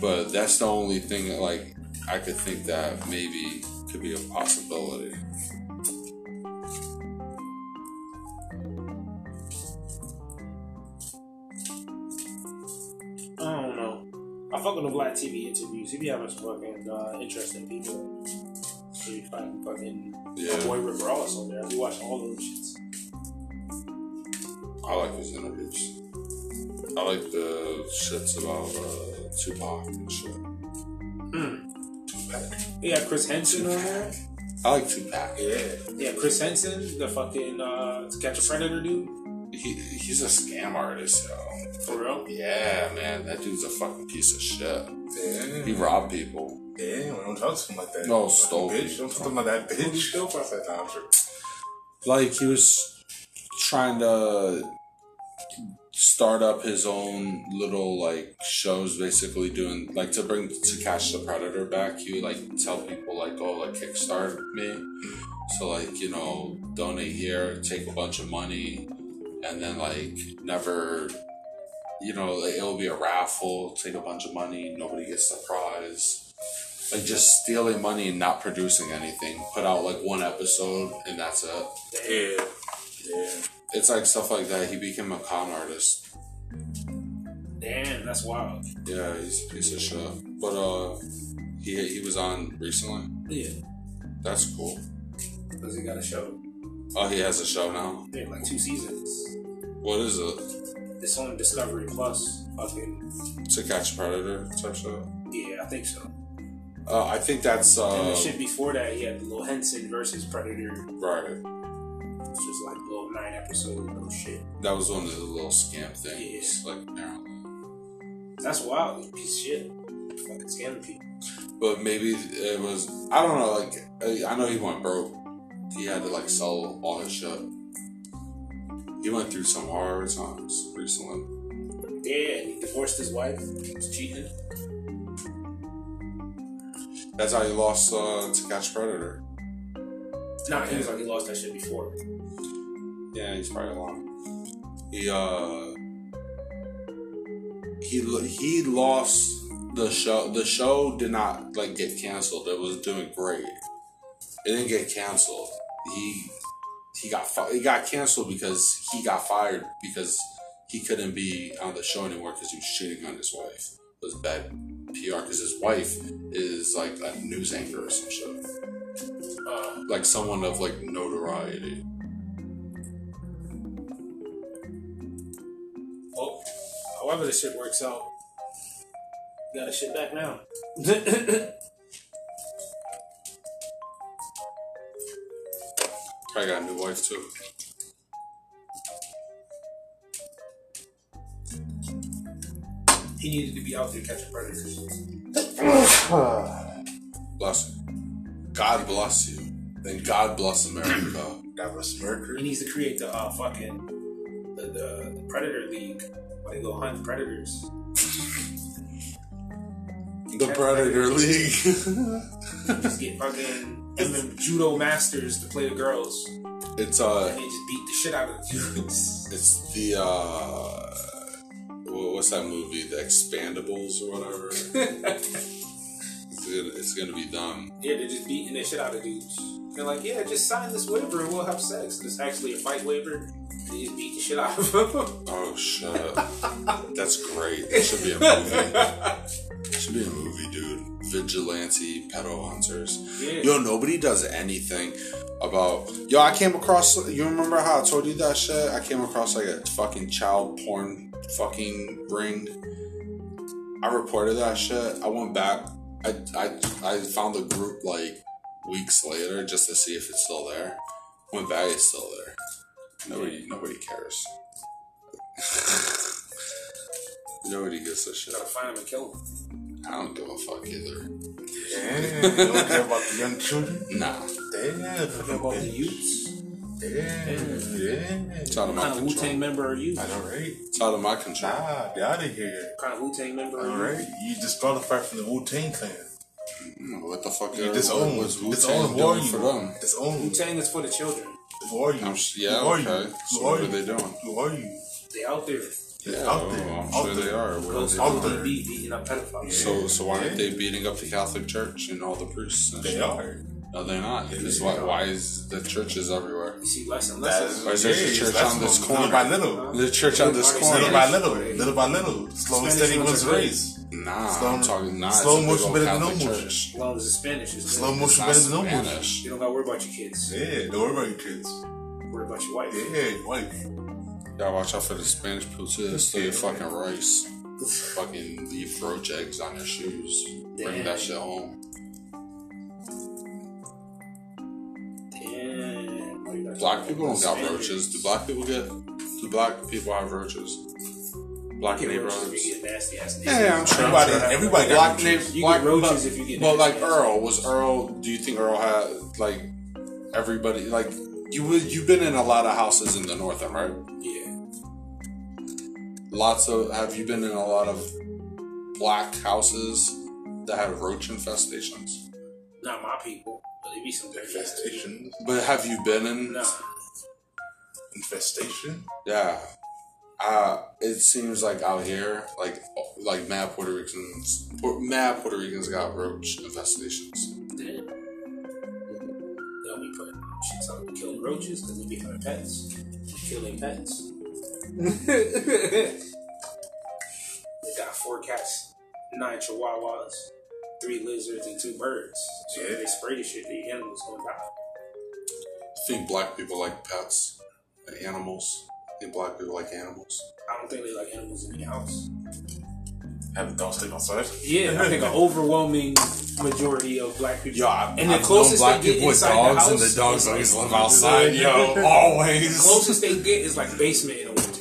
but that's the only thing that, like, I could think that maybe could be a possibility. saying. I don't know. I fuck with the Black TV interviews. He be having some fucking uh, interesting people. So you find fucking Yeah. boy Rick Ross on there. I be watching all those shits. I like his interviews. I like the shits about uh, Tupac and shit. They got Chris Henson on there. I like Tupac. Yeah, Chris Henson, the fucking uh, to catch a predator dude. He, he's a scam artist, yo. For real? Yeah, man, that dude's a fucking piece of shit. He robbed people. Damn, don't talk to him like that. No, Fucking stole. Bitch, don't talk about that bitch. stole from? That's that time, sure. Like he was trying to start up his own little like shows basically doing like to bring to catch the predator back he would like tell people like oh like kickstart me so like you know donate here take a bunch of money and then like never you know like, it'll be a raffle take a bunch of money nobody gets the prize like just stealing money and not producing anything put out like one episode and that's it Yeah. Yeah. it's like stuff like that he became a con artist Damn, that's wild. Yeah, he's a piece of shit. But uh, he he was on recently. Yeah, That's cool. because he got a show. Oh, he has a show now. They had like two seasons. What is it? It's on Discovery Plus. Fucking To Catch a Predator type show. yeah, I think so. Uh, I think that's and uh the shit before that, he had Lil Henson versus Predator. right. It's just like little nine episode little shit. That was one of the little scam things. Like apparently. That's wild. Piece of shit. Fucking scamming people. But maybe it was. I don't know. Like I, I know he went broke. He had to like sell all his shit. He went through some hard times recently. Yeah, he divorced his wife. He was cheating. That's how he lost uh, to Catch a Predator. Nah, he was like he lost that shit before. Yeah, he's probably long. He uh he lo- he lost the show. The show did not like get canceled. It was doing great. It didn't get canceled. He he got fi- it got canceled because he got fired because he couldn't be on the show anymore because he was cheating on his wife. It was bad PR because his wife is like a news anchor or some shit. Uh, Like someone of like notoriety. Oh, however the shit works out. Got his shit back now. Probably got a new wife too. He needed to be out there catching predators. Bless you. God bless you. And God bless America. That was Mercury. He needs to create the uh, fucking the, the, the Predator League. Where they go hunt predators. the Predator League. Just get fucking and the judo masters to play the girls. it's And uh they just beat the shit out of the dudes. it's the uh wha- what's that movie? The Expandables or whatever. it's, gonna, it's gonna be dumb. yeah, they're just beating the shit out of dudes. They're like, yeah, just sign this waiver and we'll have sex. It's actually a fight waiver. They just beat the shit out of them. Oh shit. That's great. It should be a movie. Should be a movie, dude. Vigilante pedo hunters. yeah. Yo, nobody does anything about. Yo, I came across. You remember how I told you that shit? I came across like a fucking child porn fucking ring. I reported that shit. I went back. I I, I found the group like weeks later just to see if it's still there. Went back, it's still there. Nobody nobody cares. nobody gives a shit. Gotta find them and kill them. I don't give a fuck either. Damn. you don't care about the young children? Nah, Damn. What about the youths? Damn. Damn. it's out of my Kind of Wu control. Tang member are you? I know, right? It's out of my control. Nah, get out of here. Kind of Wu Tang member All are you? right. You disqualified from the Wu Tang clan. What the fuck? You are- disown. what's Wu-Tang Disown doing who are you? for them? Disown Wu Tang is for the children. who are you? I'm s- yeah, Who are you? okay. Who So are what are you? they doing? Who are you? They out there. It's Yeah, out there. oh, I'm out sure there. they are. What Goes are to they out doing? there. DB beating up pedophiles. So, so why aren't Yeah. they beating up the Catholic Church and all the priests? And They shit? are. No, they're not. Because they why, are. why is the churches everywhere? You see less and That less. is- Or is there a yeah, church that's on this what- corner? Little by little. The church on this Everybody's corner. Little by little. Little by little. Slow and Spanish steady ones wins are great. race. Nah, Slow- I'm talking not. slow it's a big motion old better than no Catholic motion. church. As long as it's Spanish, it's Slow good. It's motion not better than no motion. Spanish. You don't gotta worry about your kids. Yeah, don't worry about your kids. Worry about your wife. Yeah, wife. Gotta watch out for the Spanish people too. They steal your fucking rice. fucking leave roach eggs on their shoes. Bring Damn. that shit home. Damn. Why you gotta Black talk people don't about got Spanish? roaches. Do black people get? Do black people have roaches? Black You get roaches neighborhoods. if you get nasty ass niggas. Yeah, yeah, I'm sure. Everybody, I'm sure. everybody got Black name. neighbors. You black, get roaches but- if you get But like nasty ass. Earl, was Earl? Do you think Earl had like everybody like you? would- You've been in a lot of houses in the north, am I right? Yeah. Lots of. Have you been in a lot of black houses that have roach infestations? Not my people, but it be some dirty ass. Infestation. But have you been in? No. Infestation. Yeah. Uh, it seems like out here, like like mad Puerto Ricans, Pu- mad Puerto Ricans got roach infestations. Damn. They'll be putting shits on killing roaches because they be having pets. Killing pets. they got four cats, nine chihuahuas, three lizards, and two birds. So if they spray this shit, the animals gonna die. think black people like pets, and animals. think black people like animals. I don't think they like animals in the house. Have a dog sleep outside. Yeah, I think an overwhelming majority of black people. Yo, I, and I the closest know black they get people with inside dogs, the house, and the dogs is always like- live outside. Yo, always. Closest they get is like basement in the winter,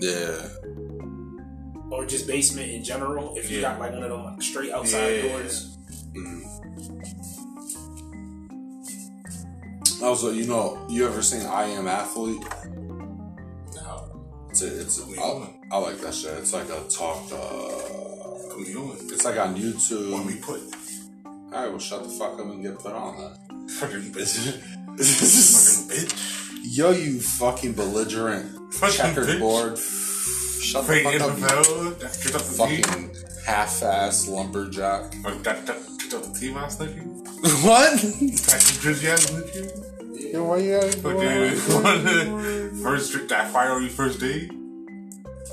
Yeah, or just basement in general. If you Yeah. got like one of them like, straight outside Yeah. doors, Also, you know, you ever seen I Am Athlete? No. It's a, it's a, I, I like that shit. It's like a talk. Uh, What are we doing? it's like on What we YouTube. put? All right, well, shut the fuck up and get put on Fucking bitch. that. Fucking bitch. Yo, you fucking belligerent Fucking bitch. checkerboard. Shut the Fucking fuck up, you NFL. That tripped up the team. fucking half-ass lumberjack. Like that that tripped up the team last night. you? what? Patrick Drizzy ass nigga. Yo, why you gotta go Fucking out? first drink that fire on your first day.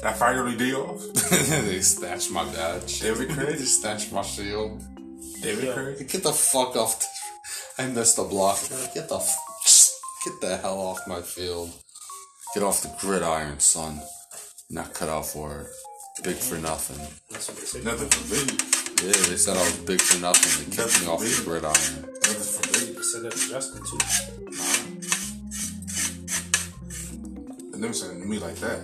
That fire on your day off. they snatched my badge. David They Craig. snatched my shield. David Craig. Get the fuck off. I missed the block. Get the f- get the hell off my field. Get off the gridiron, son. Not cut out for it. Big for nothing. Nothing forbidden. Yeah, they said I was big for nothing. They kept me off the gridiron. Nothing forbidden. instead of Justin too. They never said it to me like that.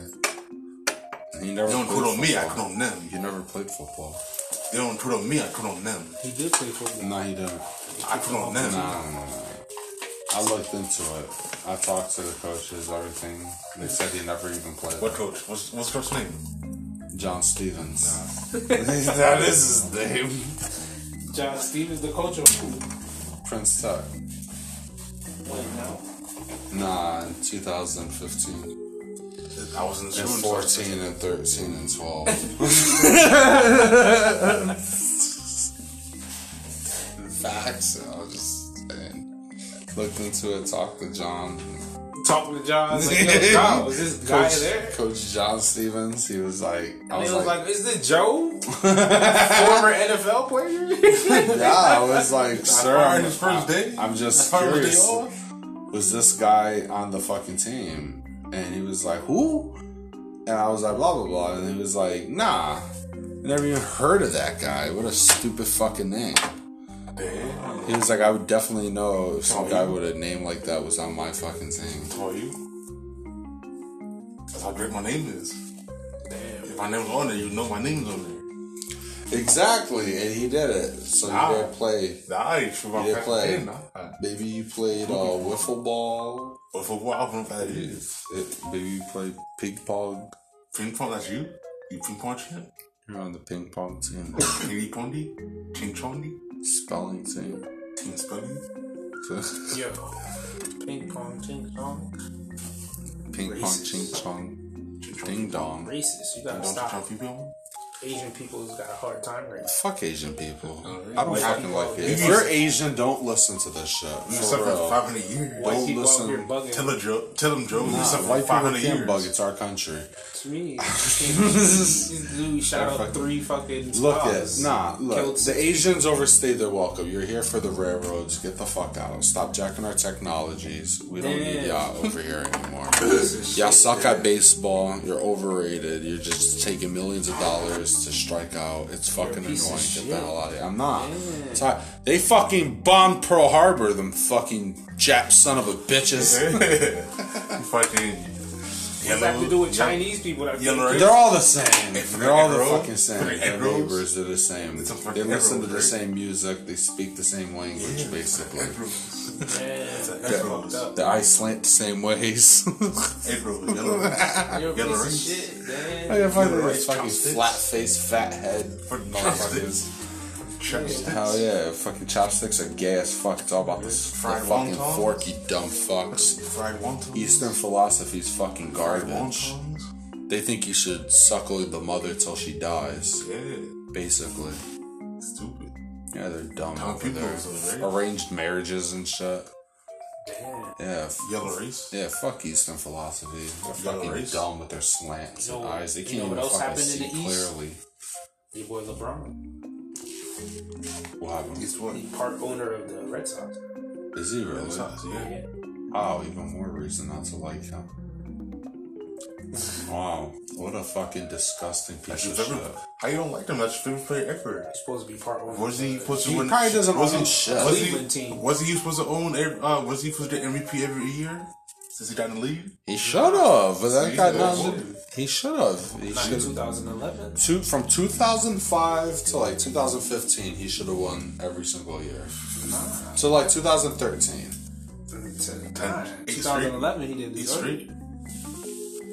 And you never They don't played quit on me, I quit football. on them. You never played football. They don't quit on me, I quit on them. He did play football. No, he didn't. I quit on them. Nah, nah, nah, nah. I looked into it. I talked to the coaches, everything. They said he never even played. What coach? What's what's coach's name? John Stevens. that is his name. John Stevens, the coach of who? Prince Tech. Wait, now Nah, in 2015. I was in the And shooting 14 and 13 and 12. Facts. I was just saying. Looked into it, talked to John. talking to John, I was like, Yo, John, was this guy Coach, there? Coach John Stevens, he was like, I And was, he was like, like, "Is this Joe, former NFL player?" yeah, I was like, sir, fired I'm, his first day? I'm just fired his day curious. off? Was this guy on the fucking team? And he was like, who? And I was like, blah blah blah. And he was like, nah, never even heard of that guy. What a stupid fucking name. He was like, I would definitely know if some guy with a name like that was on my fucking team. How are you? That's how great my name is. Damn. If my name's on there, you know my name's on there. Exactly, and he did it. So you Ah. didn't play. Nice for my You didn't play. name. Nah. Maybe you played uh, wiffle ball. But for what album that is? It, maybe you played ping pong. Ping pong, that's you? You ping pong champ? You're on the ping pong team, Pingy pondy? Ching chondy? spelling team. Ching spelling? Yo, ping pong, ping pong, ping pong, Racist. ching chong, ding dong. racist. You gotta Don't you stop. chomp people? Asian people's got a hard time right now. Fuck Asian people. really? I don't Wait, fucking like it. Oh, If you- you're Asian, don't listen to this shit. You For suffer for real. 500 Don't years. People out here listen. bugging. Tell, a Joe, tell them Joe, you Nah, suffer white for people 500 can't years. bug. It's our country. It's me. this dude shot They're up fucking- three fucking. Look at cops. nah. Look, Killed the Asians overstayed their welcome. You're here for the railroads. Get the fuck out. Stop jacking our technologies. We don't need Damn. y'all over here anymore. y'all suck at baseball. You're overrated. You're just taking millions of dollars to strike out. It's fucking annoying. piece of Get shit. the hell out of here. I'm not. Sorry. They fucking bombed Pearl Harbor. Them fucking Jap son of a bitches. Fucking What does that have to do with Chinese people? That yellow think- race. They're all the same. They're all the Egg roll? fucking same. Egg Their rolls? neighbors are the same. It's a fucking They egg listen to roll, the right? same music. They speak the same language, basically. Egg rolls. April was, The eyes slant the same ways. April was yellow. Your Yellow piece of rings. shit, man. I fucking rice fucking chopsticks. flat face, fat head. Fucking chopsticks. Chopsticks. Hell yeah, fucking chopsticks are gay as fuck. It's all about this the Fried fucking wontons? fork, you dumb fucks. Fried wontons. Eastern philosophy's fucking Fried garbage. wontons. They think you should suckle the mother till she dies, Yeah. basically. Stupid. Yeah, they're dumb Dumb over people there. over there. Arranged marriages and shit. Yeah, f- Yellow race. yeah, fuck Eastern philosophy. They're Yellow fucking race. dumb with their slants You know- and eyes. They you can't know what even else fucking happened in see the East? clearly. Your boy LeBron, What happened? East what? the part owner of the Red Sox. Is he really? Size, yeah. Yeah. Oh, even more reason not to like him. Wow, what a fucking disgusting That's piece your of favorite. shit. How you don't like them? That's your favorite player ever. He's supposed to be part owner. Was he supposed to He win? probably doesn't was own he, shit. Was Cleveland he, team. was he supposed to own? Every, uh, was he supposed to get MVP every year since he got in the league? He should have, but that He's guy a not. good boy. He should have. He in should 2011. two from 2005 to like 2015. He should have won every single year. So like 2013. Ten- eight 2011, he didn't Eight deserve it. straight.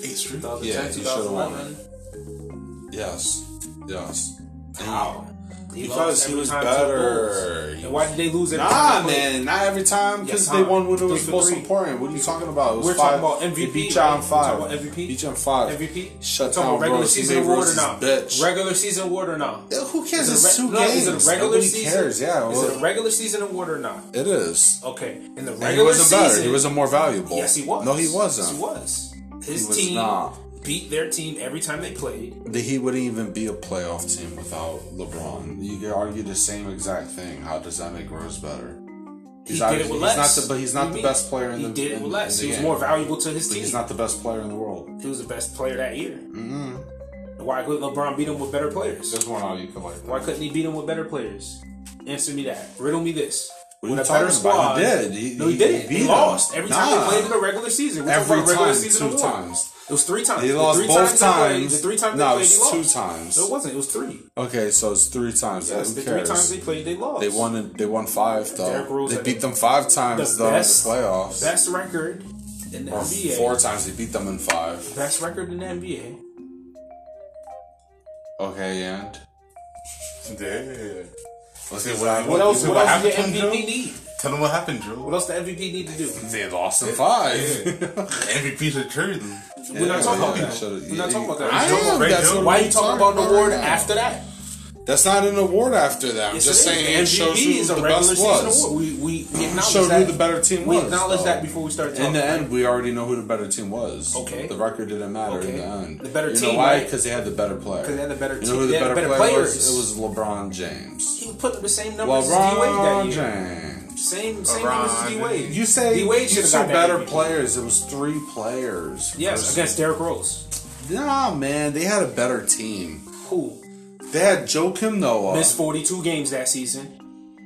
Eight straight. 2010, Yeah, he should've won 2011. Yes, yes. How? He Because lost he every was time to the better. Bulls. And why did they lose every Nah, time they played? man, not every time because Yes, they huh? won when it Three was for most three. important. What are you talking about? It was We're five. talking about MVP, He beat y'all in right? We're talking five. about MVP? Beat y'all in five. MVP? Shut Talking down, about regular Rose. He season made award or Rose's not? bitch. Regular season award or not? Who cares? Is it It's re- two no, games. is it a regular Nobody season? cares. Yeah, Is well, it a regular season award or not? it is. Okay. In the And he regular wasn't season, better. He wasn't more valuable. Yes, he was. No, he Yes, wasn't. he was. His He was team not. beat their team every time they played. The Heat wouldn't even be a playoff team without LeBron. You could argue the same exact thing. How does that make Rose better? He's he obvi- did it with he's less. not the- but he's What not do you the mean? best player in he the- did it in- with less. in the he was game. more valuable to his But team. he's not the best player in the world. he was the best player that year. Mm-hmm. Why could LeBron beat him with better players? There's one out you could like. Why couldn't he beat him with better players? Answer me that. Riddle me this. What are you With a talking better about? squad. He did. He- no, he, he didn't. beat He, him. lost every time Nah. they played in the regular season. We're Every talking about regular time, season two award. times. It was three times. He The lost three both times. they played- times. the three times No, they it played, was he lost. two times. No, it wasn't. It was three. Okay, so it's three times. Yes, Who the three cares? times they played, they lost. They won. They won five Derrick though. Rose They had beat them five times though in the best- playoffs. Best record in the or NBA. four times they beat them in five. Best record in the NBA. Okay, and Yeah. let's see what, What else? see What what else did happened to him, MVP need? Tell them what happened, What Drew. else the MVP need to do? They lost in five. MVP should trade them. We're not talking about yeah, that. should've- We're not talking about I that. Joe am. Ray That's Joe. what Why we're you talking about an right award now. after that? That's not an award after that. I'm Yes, just it is. saying it The shows who is the a regular best season was. award. We, we, we acknowledge Showed that. who the better team we was, acknowledge though. that before we start talking. In the end, we already know who the better team was. Okay. The record didn't matter in Okay. the end. The better you know team, why? right? Because they had the better player. 'Cause they had the better You know team. who the They had better, the better player players. was? It was LeBron James. he put up the same numbers as D LeBron Wade that year. James. Same same LeBron numbers as D Wade. You say D Wade you should have said got better that MVP. players. It was three players. Yes, versus- against Derrick Rose. Nah, man, they had a better team. Who They had Joakim Noah. missed 42 games that season?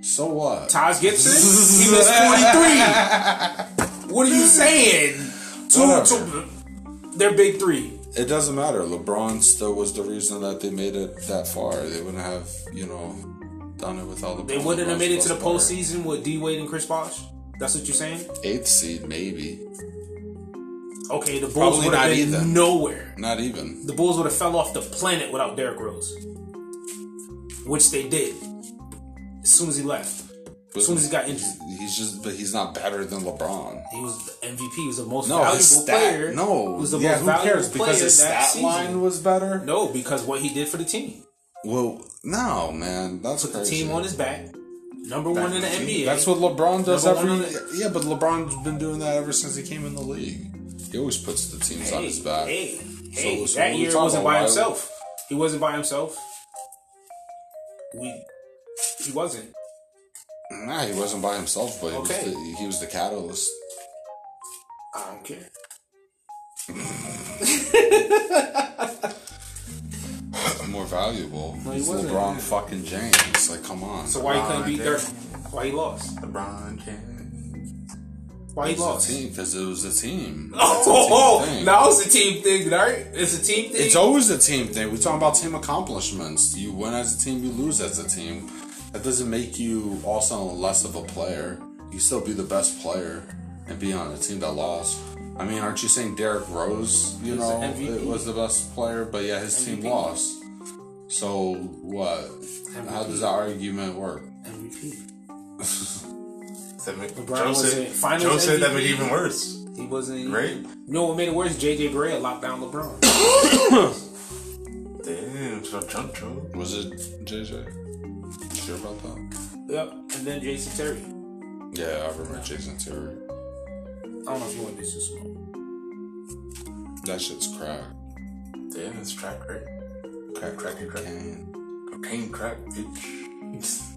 so what? Taj Gibson. he missed 43. what are you saying? Two, Whatever. two. They're big three. It doesn't matter. LeBron still was the reason that they made it that far. They wouldn't have, you know, done it without LeBron. They wouldn't have made it to the LeBron's best postseason with D Wade and Chris Bosh. That's what you're saying? player. Eighth seed, maybe. Okay, the Bulls Probably would have not been either. nowhere. Not even. The Bulls would have fell off the planet without Derrick Rose, which they did as soon as he left. As soon as he got injured, He's just, but he's not better than LeBron. he was the MVP. He was the most No, valuable his stat. player. No, he was the yeah, most who valuable cares? player Because his that stat season. line was better. No, because what he did for the team, Well, no, man, that's put the crazy. team on his back, number one in the NBA. That's what LeBron does Number every. one yeah, but LeBron's been doing that ever since he came in the league. He always puts the teams on hey, his back. Hey, hey, so what that we year talking wasn't about? by Why- himself. He wasn't by himself. We, he wasn't. Nah, he wasn't by himself, but Okay. he, was the, he was the catalyst. I don't care. More valuable. he He's wasn't. LeBron fucking James. Like, come on. So why he couldn't beat Ryan Dirk? Why he lost? LeBron James. Why he lost? Because it was a team. Oh, It's a team oh, oh, thing. now it's a team thing, right? It's a team thing. It's always a team thing. We're talking about team accomplishments. You win as a team, you lose as a team. That doesn't make you also less of a player. you still be the best player and be on a team that lost. I mean, aren't you saying Derrick Rose, you He's the know, MVP. it was the best player, but yeah, his team MVP. lost. So what? How does that argument work? MVP. That make, LeBron Joe was said, in finals Joe said that MVP. made it even worse, He wasn't. right? You know what made it worse? JJ Barea locked down LeBron. Damn, so jump Joe. Was it JJ? Sure about that? yep. And then Jason Terry. Yeah, I remember Jason Terry. I don't know if you want this to smoke. That shit's crack. Damn, it's crack, right? Crack, crack, crack. Cocaine. Cocaine crack, bitch.